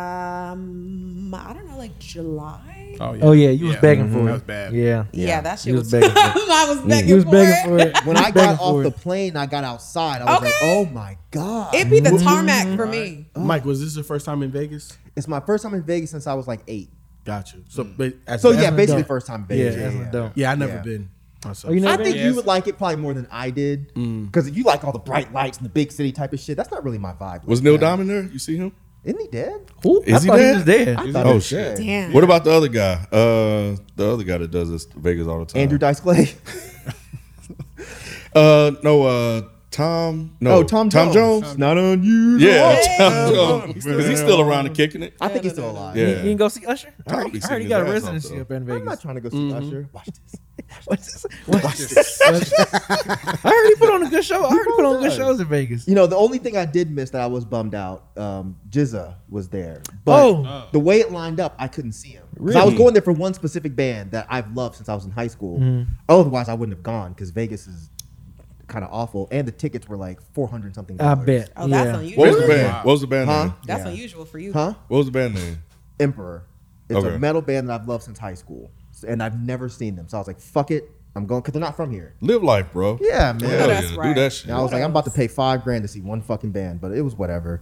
Um, I don't know, like July. Oh yeah. Oh yeah, you was Yeah. begging Mm-hmm. Mhm. for it. That was bad. Yeah. yeah, that shit You was. was begging for it. I was begging, You was for, begging it. for it. when You I was begging got off for the it. plane, I got outside. I was like, Okay. "Oh my god!" It'd be the tarmac for me. Oh. Mike, was this your first time in Vegas? it's my first time in Vegas since I was like eight. Got you. So, ba- as So an yeah, adult- basically first time in yeah, Vegas. that's Yeah, yeah. dope. Yeah, I never Yeah. been myself. Oh, you I never think been? you would like it probably more than I did Mm. because you like all the bright lights and the big city type of shit. That's not really my vibe. was like Neil that. Diamond there? You see him? Isn't he dead? Who? I Is he thought dead? he was dead. I He's thought not- he Oh, was shit. dead. Damn. What about the other guy? Uh, the other guy that does this Vegas all the time. Andrew Dice Clay. Uh, no. Uh, Tom. No. oh, Tom Tom Jones. Jones. Not on you. Yeah, Tom Jones. Because he's still around and kicking it. I think he's still alive. Yeah. You, you can go see Usher. I I'll be already, I seeing already his got ass a off, residency though. up in I'm not Vegas. trying to go see Usher. Mm-hmm. Watch this. What's this? What's this? What's this? I already put on a good show. I already put on Oh, good shows in Vegas. You know, the only thing I did miss that I was bummed out, um, Jizza was there. But Oh. the way it lined up, I couldn't see him. 'Cause I was going there for one specific band that I've loved since I was in high school. Mm-hmm. Otherwise, I wouldn't have gone because Vegas is kind of awful. And the tickets were like 400 something. I dollars. bet. Oh, that's yeah. unusual. What was the band? What was the band Huh? name? That's Yeah. unusual for you. Huh? What was the band name? Emperor. It's Okay. a metal band that I've loved since high school. S- And I've never seen them. So I was like, fuck it. I'm going because they're not from here. Live life, bro. Yeah, man. Hell That's yeah, right. Do that shit. And I was like, I'm about to pay five grand to see one fucking band, but it was whatever.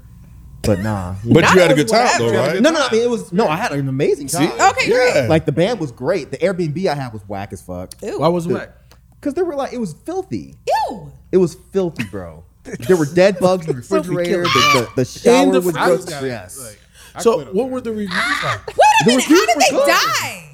But nah. but Not you had a as good time though, whatever. right? No, no, I mean it was no. I had an amazing See? time. Okay, great. yeah. Like the band was great. The Airbnb I had was whack as fuck. Ew. Why was what? Cause there were like it was filthy. Ew. It was filthy, bro. there were dead bugs in the refrigerator. The, the, the shower In the was fridge. gross. Yes. So, what were the reviews like? Wait a minute. How reviews did were they good. die?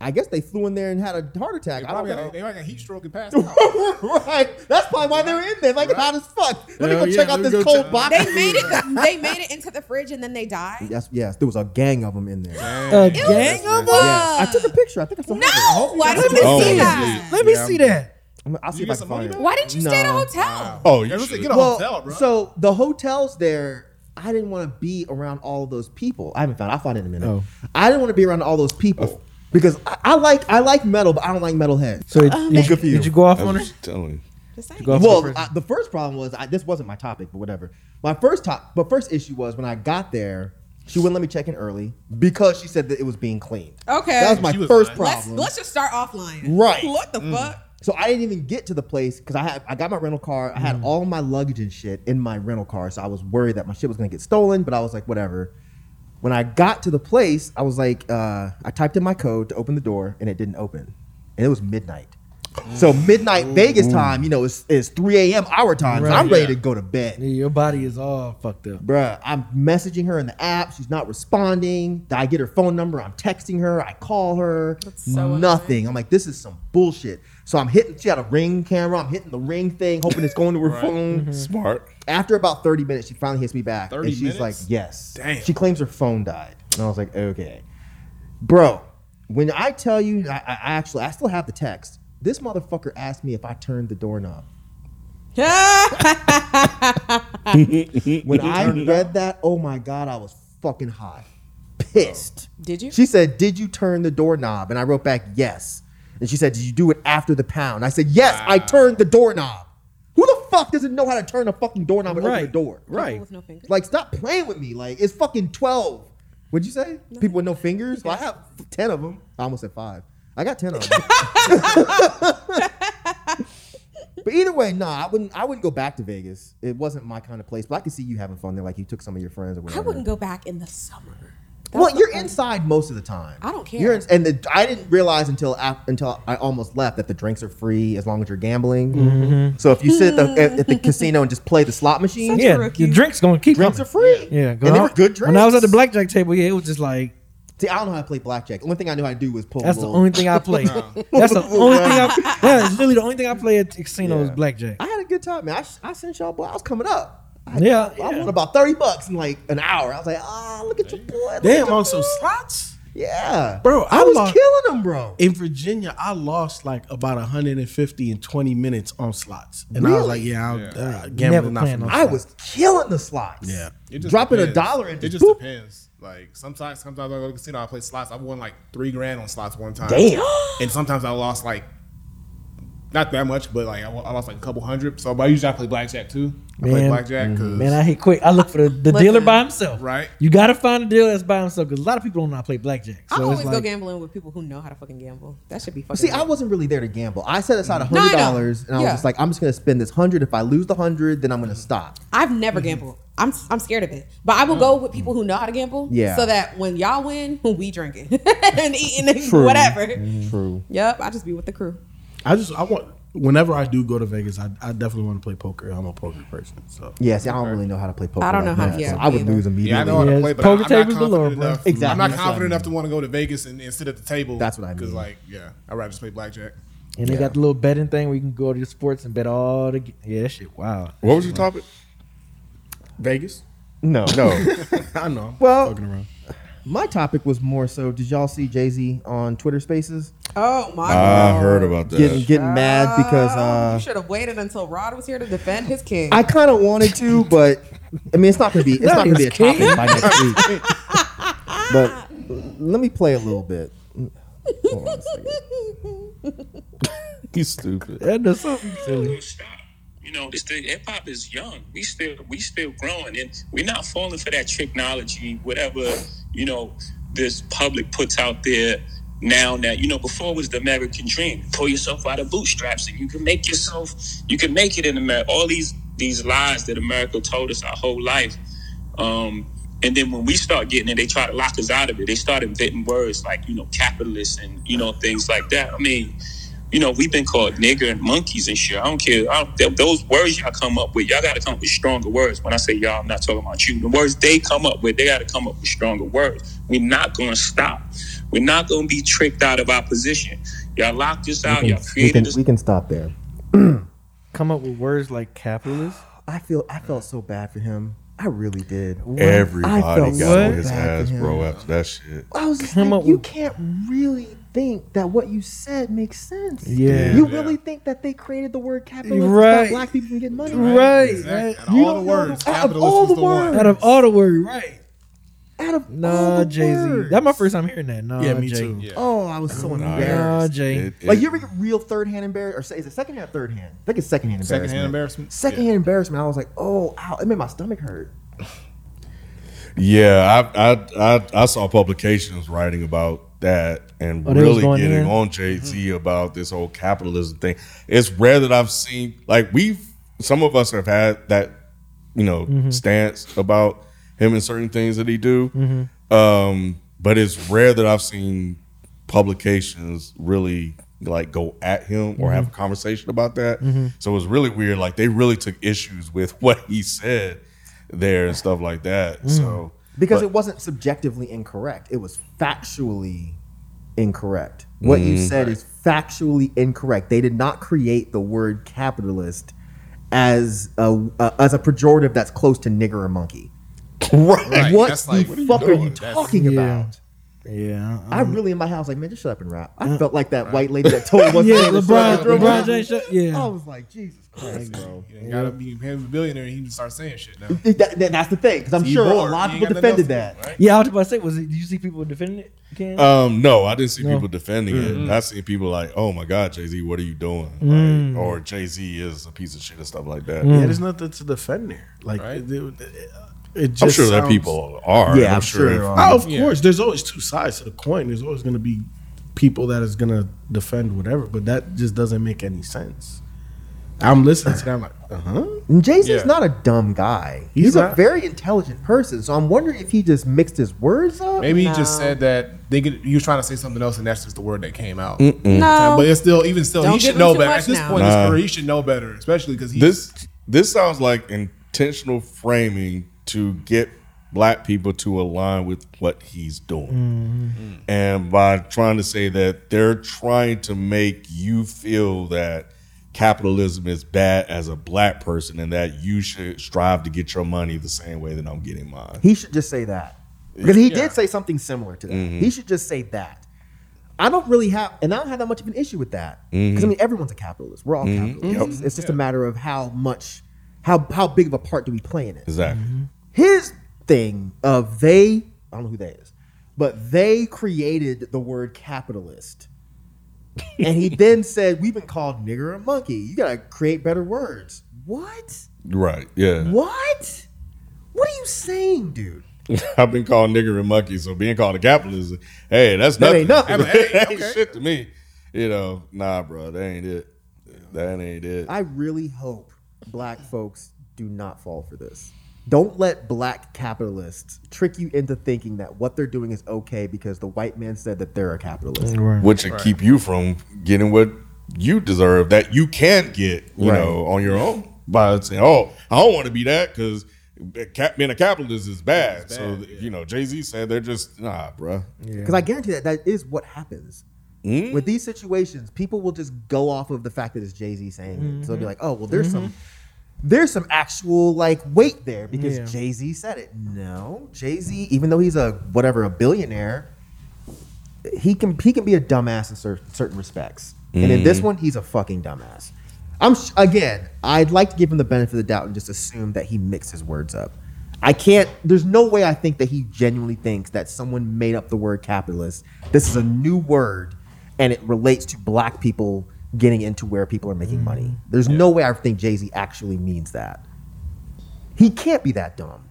I guess they flew in there and had a heart attack. They I don't probably got, know. they probably got heat stroke and passed out. right. That's probably why they were in there. Like it's hot as fuck. Let me Hell go yeah, check out let me this go cold check- box. They made it. They made it into the fridge and then they died. Yes, yes. There was a gang of them in there. A gang Ew. of Yes. I took a picture. I think I still have No. Why didn't Oh, you see yeah. that? Let me see that. it. I'm- I'll see You if get I can some find money it. back? Why didn't you stay at a No. hotel? Oh, you Everyone said, should. get a well, hotel, bro. So the hotels there, I didn't want to be around all those people. I haven't found. I'll find it in a minute. Oh. I didn't want to be around all those people because I, I like I like metal, but I don't like metalhead. So, Um, did, Good you, for you. did you go off I on was her? telling you. Just saying. Go- Well, first- I, the first problem was I, this wasn't my topic, but whatever. My first top, but first issue was when I got there, she wouldn't let me check in early because she said that it was being cleaned. Okay. That was my She was first lying. Let's problem. let's just start offline. Right. Mm. What the fuck? So I didn't even get to the place because I had I got my rental car. I had all my luggage and shit in my rental car, so I was worried that my shit was gonna get stolen. But I was like, whatever. When I got to the place, I was like, uh, I typed in my code to open the door, and it didn't open, and it was midnight. So midnight Vegas time, you know, is, is 3 a.m. our time. so Right. I'm ready Yeah. to go to bed Yeah, your body is all fucked up. bruh, I'm messaging her in the app. She's not responding. I get her phone number. I'm texting her. I call her. so nothing. I'm like, this is some bullshit. So I'm hitting, she had a ring camera. I'm hitting the ring thing, hoping it's going to her phone. Mm-hmm. Smart. After about 30 minutes, she finally hits me back. 30 and she's minutes? like, yes. Damn. She claims her phone died. And I was like, okay. Bro, when I tell you, I, I I actually, I still have the text. This motherfucker asked me if I turned the doorknob. When I read that, oh my God, I was fucking hot. Pissed. Did you? She said, Did you turn the doorknob? And I wrote back, Yes. And she said, Did you do it after the pound? I said, Yes, I turned the doorknob. Who the fuck doesn't know how to turn a fucking doorknob and open Right. the door? Right. With no fingers. Like, stop playing with me. Like, it's fucking 12. What'd you say? People with no fingers? Well, I have 10 of them. I almost said five. I got 10 of them. but either way, nah, I wouldn't I wouldn't go back to Vegas. It wasn't my kind of place. But I could see you having fun there. Like, you took some of your friends or I whatever. wouldn't go back in the summer. That was Well, the you're only- inside most of the time. I don't care. You're in, and the, I didn't realize until af, until I almost left that the drinks are free as long as you're gambling. Mm-hmm. So if you sit at the, at, at the casino and just play the slot machine, Such- yeah, rookie. your drinks gonna keep drinks are coming. free. Yeah, and they were good drinks. When I was at the blackjack table, yeah, it was just like See, I don't know how to play blackjack. The only thing I knew how to do was pull. that's a the little, only thing I played. That's the only thing I. That is literally the only thing I play at casino is blackjack. I had a good time, man. I, sh- I sent y'all, boy. I was coming up. I, Yeah, I yeah. won about thirty bucks in like an hour. I was like, ah, look at your boy. look at Damn, your on some boy." slots, Yeah, bro. I, I was lost killing them, bro. in Virginia. I lost like about 150 in 20 minutes on slots, and I was Really? like, yeah, I'll, uh, Never gambling not for planned on me. I was killing the slots. Yeah. It just Dropping a depends. dollar and it just just boop. depends. Like sometimes, sometimes I go to the casino, I play slots. I won like three grand on slots one time. Damn. And sometimes I lost like not that much, but like I wa- I lost like a couple hundred. So, but usually I play blackjack too. I play Man. mm-hmm. blackjack because Man, I hate quick. I look for the, the Listen. dealer by himself. Right. You gotta find a dealer that's by himself because a lot of people don't know how to play blackjack. I So always it's go like, gambling with people who know how to fucking gamble. That should be fucking. See, I lit. wasn't really there to gamble. I set aside a No, I hundred know. dollars, and I was Yeah. just like, I'm just gonna spend this hundred. If I lose the hundred, then I'm gonna stop. I've never Mm-hmm. gambled. I'm I'm scared of it, but Mm. I will go with people who know how to gamble. Yeah. So that when y'all win, we drinking and eating and whatever. True. Yep. I just be with the crew. I just I want whenever I do go to Vegas, I, I definitely want to play poker. I'm a poker person, so Yeah. See, I don't really know how to play poker. I don't like know how to that, gamble so I would either. lose immediately. yeah, I know how to Yes. play, but I, Poker am tables not galore, confident bro. enough. Exactly. I'm not That's what I confident enough to mean. want to go to Vegas and, and sit at the table. That's what I Because mean. like, yeah, I'd rather just play blackjack. and they got the little betting thing where you can go to your sports and bet all the. ga- Yeah, that shit. Wow. What was your topic? Vegas. No, no. I know. I'm Well- fucking around. My topic was more so. Did y'all see Jay Z on Twitter Spaces Oh my. I God. Oh, heard about that. getting getting mad because you uh, should have waited until Rod was here to defend his king. I kind of wanted to, but I mean, it's not gonna be it's not gonna be a he's king. topic by next week. but uh, let me play a little bit. Hold on a second. He's stupid. That does something silly. will stop. You know, it's the hip hop is young. We still we still growing, and we're not falling for that technology, whatever you know this public puts out there now. That you know, before was the American dream. Pull yourself out of bootstraps, and you can make yourself. You can make it in America. All these these lies that America told us our whole life. Um, and then when we start getting it, they try to lock us out of it. They start inventing words like, you know, capitalist and, you know, things like that. I mean, you know, we've been called nigger and monkeys and shit. I don't care. I don't, th- those words y'all come up with, y'all got to come up with stronger words. When I say y'all, I'm not talking about you. The words they come up with, they got to come up with stronger words. We're not going to stop. We're not going to be tricked out of our position. Y'all locked us out. Y'all We created can, this we can stop there. Come up with words like capitalist. I feel I felt so bad for him. I really did. Everybody I got felt so on his bad for ass, him. bro, after that shit. I was just Come like, up you with- can't really think that what you said makes sense. Yeah. You Yeah. really think that they created the word capitalism to Right. stop black people from getting money? Right. Exactly. Out You of all the don't words, know- out of capitalist all was the the one. words. Out of all the words, right? Out of all Nah, the Jay Z. words. That's my first time hearing that. Nah, Yeah, me Jay. too. Yeah. Oh, I was so Nah, embarrassed. Jay. It- it- Like you ever get real third hand embarrassed or say, is it second hand or third hand? I think it's second hand embarrassment. Secondhand embarrassment. Second hand embarrassment. I was like, oh, ow, it made my stomach hurt. Yeah, I, I I I saw publications writing about that and Oh, they was really going getting there? on JT about this whole capitalism thing. It's rare that I've seen like we've some of us have had that you know Mm-hmm. stance about him and certain things that he do. Mm-hmm. Um, but it's rare that I've seen publications really like go at him or Mm-hmm. have a conversation about that. So it was really weird. Like they really took issues with what he said there and stuff like that. Mm. So because but- it wasn't subjectively incorrect. It was factually incorrect. What you Mm-hmm. said is factually incorrect. They did not create the word capitalist as a uh, as a pejorative that's close to nigger or monkey. Right, what that's the like, what are you fuck are doing? you That's- talking about? Yeah. I really in my house like man, just shut up and rap. I felt like that white lady that told us yeah, LeBron, LeBron James. shut- I Yeah. was like Jesus Christ, bro. You gotta be him a billionaire. and He just starts saying shit now. That- that- that's the thing because I'm He sure bored. a lot of He people ain't got defended nothing that. else to do, right? Yeah, I was about to say, was it? Did you see people defending it? Ken? Um, no, I didn't see No. people defending Mm-hmm. it. I see people like, "Oh my God, Jay Z, what are you doing?" Like, Mm. or Jay Z is a piece of shit and stuff like that. Yeah, there's nothing to defend there. Like Right. it, it- it- it just I'm sure that sounds- people are. Yeah, I'm, I'm sure. sure if- there are. Oh, of Yeah. course. There's always two sides to the coin. There's always going to be people that is going to defend whatever, but that just doesn't make any sense. I'm listening to that. I'm like, uh huh. Jay Z's Yeah. not a dumb guy. He's, He's a not. very intelligent person. So I'm wondering if he just mixed his words up. Maybe he just said that they could, he was trying to say something else, and that's just the word that came out. Mm. No. But it's still, even still, Don't he give should him know too better. much At this now. point in his Nah. career, he should know better, especially because he This this sounds like intentional framing to get black people to align with what he's doing, and by trying to say that they're trying to make you feel that capitalism is bad as a black person, and that you should strive to get your money the same way that I'm getting mine. He should just say that. Because he did say something similar to that. He should just say that. I don't really have, and I don't have that much of an issue with that. Because I mean, everyone's a capitalist. We're all capitalists. It's just a matter of how much, how how big of a part do we play in it. Exactly. his thing of they i don't know who that is but they created the word capitalist and he then said we've been called nigger and monkey you gotta create better words what Right. Yeah. what what are you saying dude I've been called nigger and monkey, so being called a capitalist, hey, that's That nothing. ain't nothing. that ain't shit to me. You know, nah, bro, that ain't it. That ain't it. i really hope black folks do not fall for this don't let black capitalists trick you into thinking that what they're doing is okay because the white man said that they're a capitalist Which would keep you from getting what you deserve that you can get, you Right. know, on your own by saying, oh, I don't want to be that because being a capitalist is bad. so, you know, Jay Z said they're just, nah, bro. Because I guarantee that that is what happens. With these situations, people will just go off of the fact that it's Jay Z saying it. So they'll be like, oh, well, there's some. There's some actual like weight there because Yeah. Jay Z said it. No, Jay Z, even though he's a whatever a billionaire, he can he can be a dumbass in cer- certain respects. And in Mm. this one, he's a fucking dumbass. I'm sh- again, I'd like to give him the benefit of the doubt and just assume that he mixed his words up. I can't. There's no way I think that he genuinely thinks that someone made up the word capitalist. This is a new word, and it relates to black people getting into where people are making money. There's no way I think Jay Z actually means that. He can't be that dumb,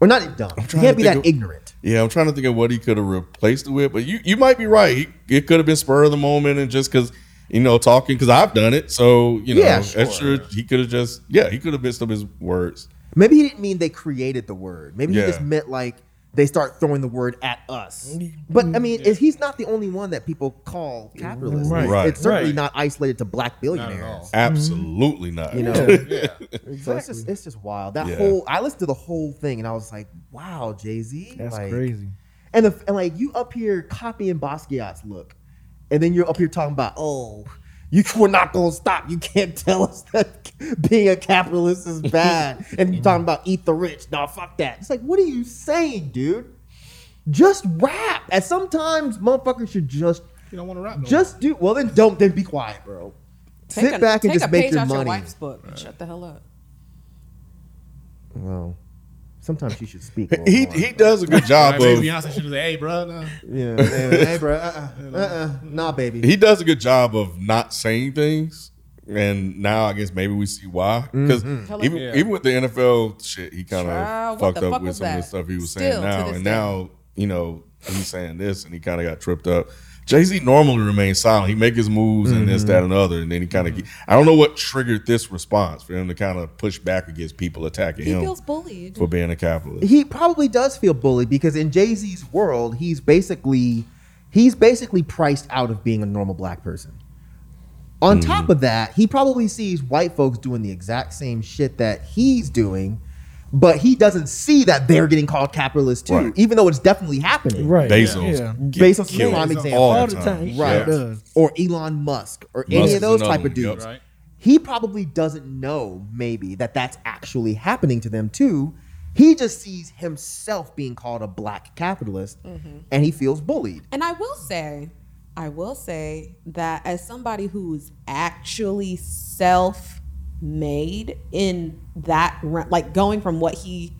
or not dumb. trying He to can't be think that of- ignorant. Yeah, I'm trying to think of what he could have replaced it with, but you, you might be right. He, it could have been spur of the moment and just because, you know, talking, because I've done it. So, you know, Yeah, extra, he could have just, yeah, he could have mixed up his words. Maybe he didn't mean they created the word. Maybe Yeah. he just meant like they start throwing the word at us. But I mean, is he's not the only one that people call capitalist. Right. Right. It's certainly Right. not isolated to black billionaires. all. Absolutely not. You know, yeah. so it's just it's just wild. That Yeah. whole I listened to the whole thing and I was like, wow, Jay Z, That's like, crazy. And the, and like you up here copying Basquiat's look, and then you're up here talking about oh. You we're not gonna stop. You can't tell us that being a capitalist is bad, and you're talking about eat the rich. Nah, fuck that. It's like, what are you saying, dude? Just rap. And sometimes motherfuckers should just you don't want to rap. No just do. Well, then don't. Then be quiet, bro. Take Sit a- back take and just a make page your out money. Your wife's book. and Shut the hell up. Well, sometimes you should speak. a little He more. he does a good more. job Like, maybe of Beyonce should have said, "Hey, bro, nah. Yeah, hey, hey, bro. Uh, uh, uh, uh, nah, baby. he does a good job of not saying things. And now I guess maybe we see why. Because Mm-hmm. Tell even, us. even with the NFL shit, he kind Child, of what fucked the up fuck with was some of the that? stuff he was Still saying to now. this And day. now, you know, he's saying this, and he kind of got tripped up. Jay Z normally remains silent. He make his moves and this, Mm-hmm. that, and the other, and then he kind Mm-hmm. of. I don't know what triggered this response for him to kind of push back against people attacking He him feels bullied. for being a capitalist. he probably does feel bullied because in Jay Z's world, he's basically he's basically priced out of being a normal black person. On Hmm. top of that, he probably sees white folks doing the exact same shit that he's doing, but he doesn't see that they're getting called capitalist too, Right. even though it's definitely happening. Right. Bezos, Yeah. get Bezos is a killed prime example. all All the the time, time. He Right. sure does. Or Elon Musk or any Musk of is those another type of one, yep. dudes. Right. He probably doesn't know maybe that that's actually happening to them too. He just sees himself being called a black capitalist Mm-hmm. and he feels bullied. And I will say, I will say that as somebody who's actually self made in that, re- like going from what he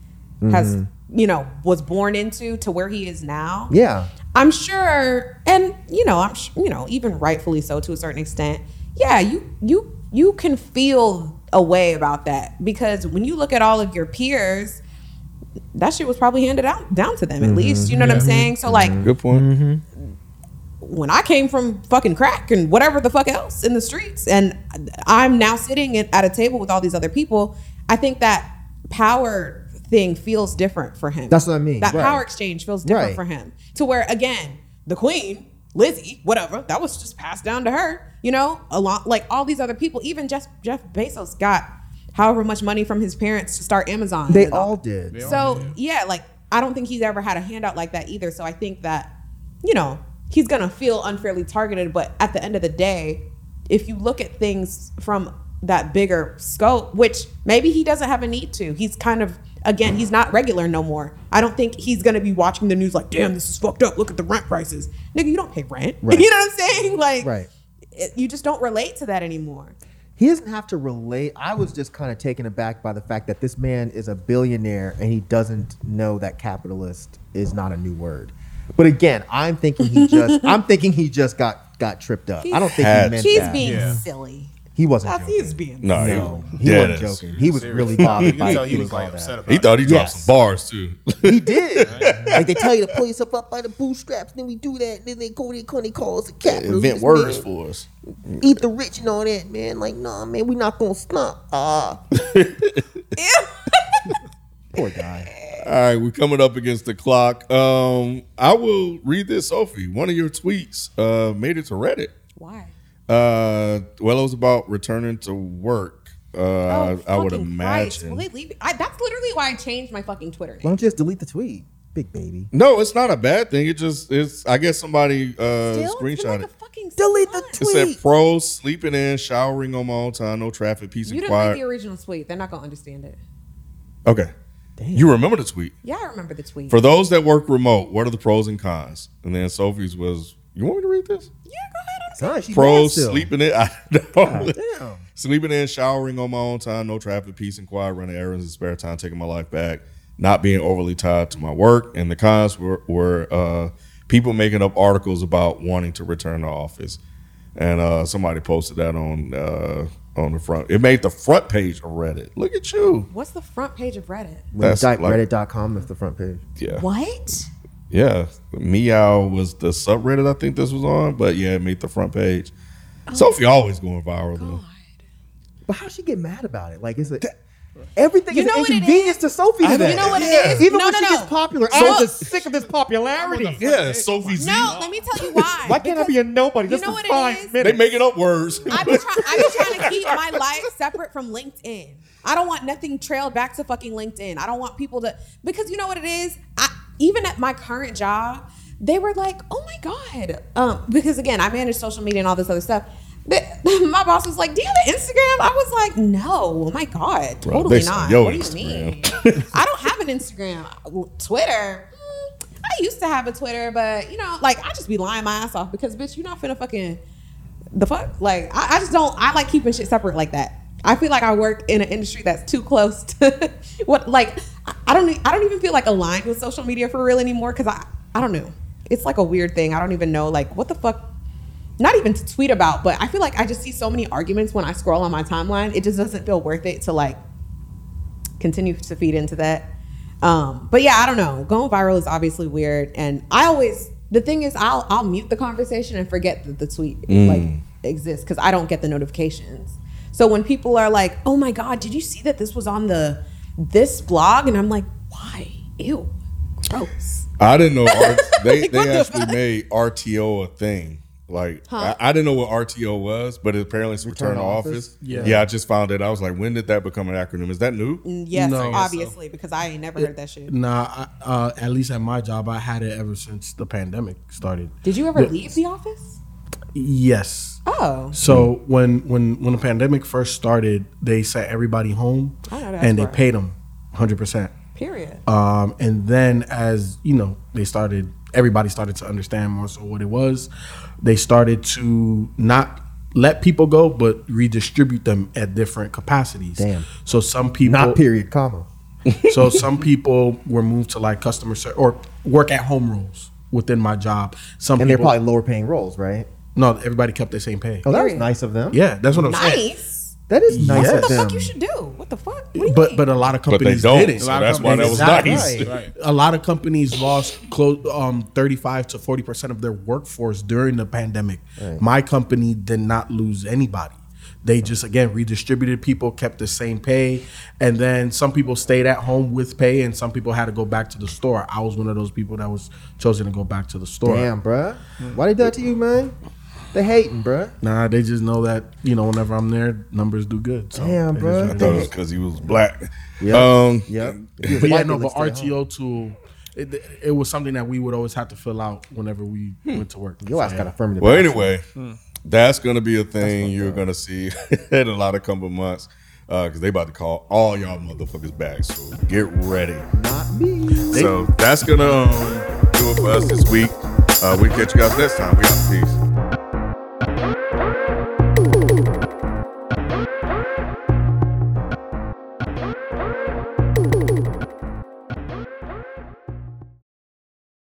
has, Mm-hmm. you know, was born into to where he is now. Yeah. I'm sure, and you know, I'm sh- you know, even rightfully so to a certain extent. Yeah, you you you can feel a way about that because when you look at all of your peers, that shit was probably handed out down to Mm-hmm. them at least. You know what I'm saying? So like, Good point. when I came from fucking crack and whatever the fuck else in the streets, and I'm now sitting at at a table with all these other people, I think that power thing feels different for him. That's what I mean, That right. power exchange feels different Right. for him. To where again, the queen, Lizzie, whatever, that was just passed down to her. You know, a lot like all these other people, even Jeff Jeff Bezos got however much money from his parents to start Amazon. They and all did. so yeah, like I don't think he's ever had a handout like that either. So I think that, you know, he's gonna feel unfairly targeted. But at the end of the day, if you look at things from that bigger scope, which maybe he doesn't have a need to, he's kind of again, he's not regular no more. I don't think he's gonna be watching the news like, damn, this is fucked up. Look at the rent prices, nigga. You don't pay rent. you know what I'm saying? Like, Right. it- you just don't relate to that anymore. He doesn't have to relate. I was just kind of taken aback by the fact that this man is a billionaire and he doesn't know that capitalist is not a new word. But again, I'm thinking he just I'm thinking he just got got tripped up. I don't think he Had meant He's that. being Yeah. silly. he wasn't That's joking. he's being No, he- No, he dead wasn't ass. joking. He was really bothered by You know, he getting was like called upset out. about He it. thought he dropped Yes. some bars too. He did. like they tell you to pull yourself up by the bootstraps, then we do that, and then they go they come, they call us a capitalist. man. for us. Eat the rich and all that, man. Like, nah, man, we not gonna stop. Ah, poor guy. All right, we're coming up against the clock. Um, I will read this, Sophie. One of your tweets uh, made it to Reddit. why? Uh, well, it was about returning to work. Uh, I, I would Oh, fucking Christ. imagine. Will they leave? I, that's literally why I changed my fucking Twitter Why name. don't you just delete the tweet, big baby? No, it's not a bad thing. It just it's. I guess somebody uh, Still, it's been screenshot like a it. fucking Delete the month. It tweet. said pros sleeping in, showering on my own time, no traffic, peace You and didn't quiet. read the original tweet. They're not gonna understand it. okay, you remember the tweet. Yeah, I remember the tweet. For those that work remote, what are the pros and cons? And then Sophie's was, you want me to read this? yeah, go ahead. Son, she mad Pros still. sleeping in, I know. Damn. sleeping in, showering on my own time, no traffic, peace and quiet, running errands in spare time, taking my life back, not being overly tied to my work. And the cons were, were uh, people making up articles about wanting to return to office. And uh, somebody posted that on uh, on the front. It made the front page of Reddit. Look at you. What's the front page of Reddit? When you That's type like- Reddit.com, that's the front page. Yeah. What? Yeah, Meow was the subreddit I think this was on, but yeah, it made the front page. Sophie always going viral though. But how she get mad about it? Like, is it everything You is know an what it inconvenience to Sophie I know. today? You know what it is? Even no, when no, she no. gets popular, Look, I'm just sick of this popularity. Yeah, Sophie Z. no, let me tell you why. Why can't I be a nobody you just know for what it five is? minutes? They making up words. I be, try- I be trying to keep my life separate from LinkedIn. I don't want nothing trailed back to fucking LinkedIn. I don't want people to because you know what it is. I even at my current job, they were like, "Oh my god," um, because again, I manage social media and all this other stuff. But my boss was like, "Do you have an Instagram?" I was like, "No, oh my god, Bro, totally they saw not." your What do you mean? Instagram. I don't have an Instagram, Twitter. mm, I used to have a Twitter, but you know, like I just be lying my ass off because bitch, you're not finna fucking the fuck? Like, I, I just don't. I like keeping shit separate like that. I feel like I work in an industry that's too close to what. Like, I- I don't. e- I don't even feel like aligned with social media for real anymore. Cause I. I don't know. It's like a weird thing. I don't even know. Like, what the fuck? Not even to tweet about, but I feel like I just see so many arguments when I scroll on my timeline. It just doesn't feel worth it to like continue to feed into that. Um, but yeah, I don't know. Going viral is obviously weird, and I always the thing is I'll I'll mute the conversation and forget that the tweet Mm. like exists because I don't get the notifications. So when people are like, "Oh my God, did you see that this was on the this blog?" and I'm like, "Why? Ew, gross." I didn't know R- they what they the actually made RTO a thing. Like I, I didn't know what RTO was, but it apparently it's return, to office. Yeah. I just found it. I was like, when did that become an acronym? Is that new? Mm, Yes, No. obviously because I ain't never heard that shit. Nah, I, uh, at least at my job, I had it ever since the pandemic started. Did you ever Yeah. leave the office? Yes. Oh, So when when when the pandemic first started, they sent everybody home, I know that's and they right. paid them 100. percent period. Um, and then as you know, they started. Everybody started to understand more so what it was. They started to not let people go, but redistribute them at different capacities. Damn. So some people Not period, comma. so some people were moved to like customer service or work at home roles within my job. Some And they're people probably lower paying roles, right? no, everybody kept their same pay. Oh, that was Period. nice of them. Yeah, that's what I'm saying. Nice. That is nice Yes. of What the them. fuck you should do? What the fuck? What do you But mean? but a lot of But they companies don't. did it. So that's why that was Exactly. nice. Right. A lot of companies lost close um 35 to 40 percent of their workforce during the pandemic. My company did not lose anybody. They just again redistributed people, kept the same pay, and then some people stayed at home with pay, and some people had to go back to the store. I was one of those people that was chosen to go back to the store. Damn, bruh. Why they do that to you, man? They hating, bruh. Nah, they just know that you know whenever I'm there, numbers do good. So Damn, they bro. just- I thought it was because he was black. Yep. Um, Yep. But yeah, no, but RTO tool, it, it was something that we would always have to fill out whenever we went to work. Hmm. Your ass got affirmative. Well, action. anyway, that's going to be a thing you're going to see in a lot of couple months because they about to call all y'all motherfuckers back. So get ready. So that's going to um, do it for us this week. Uh, we'll catch you guys next time. We out. Peace.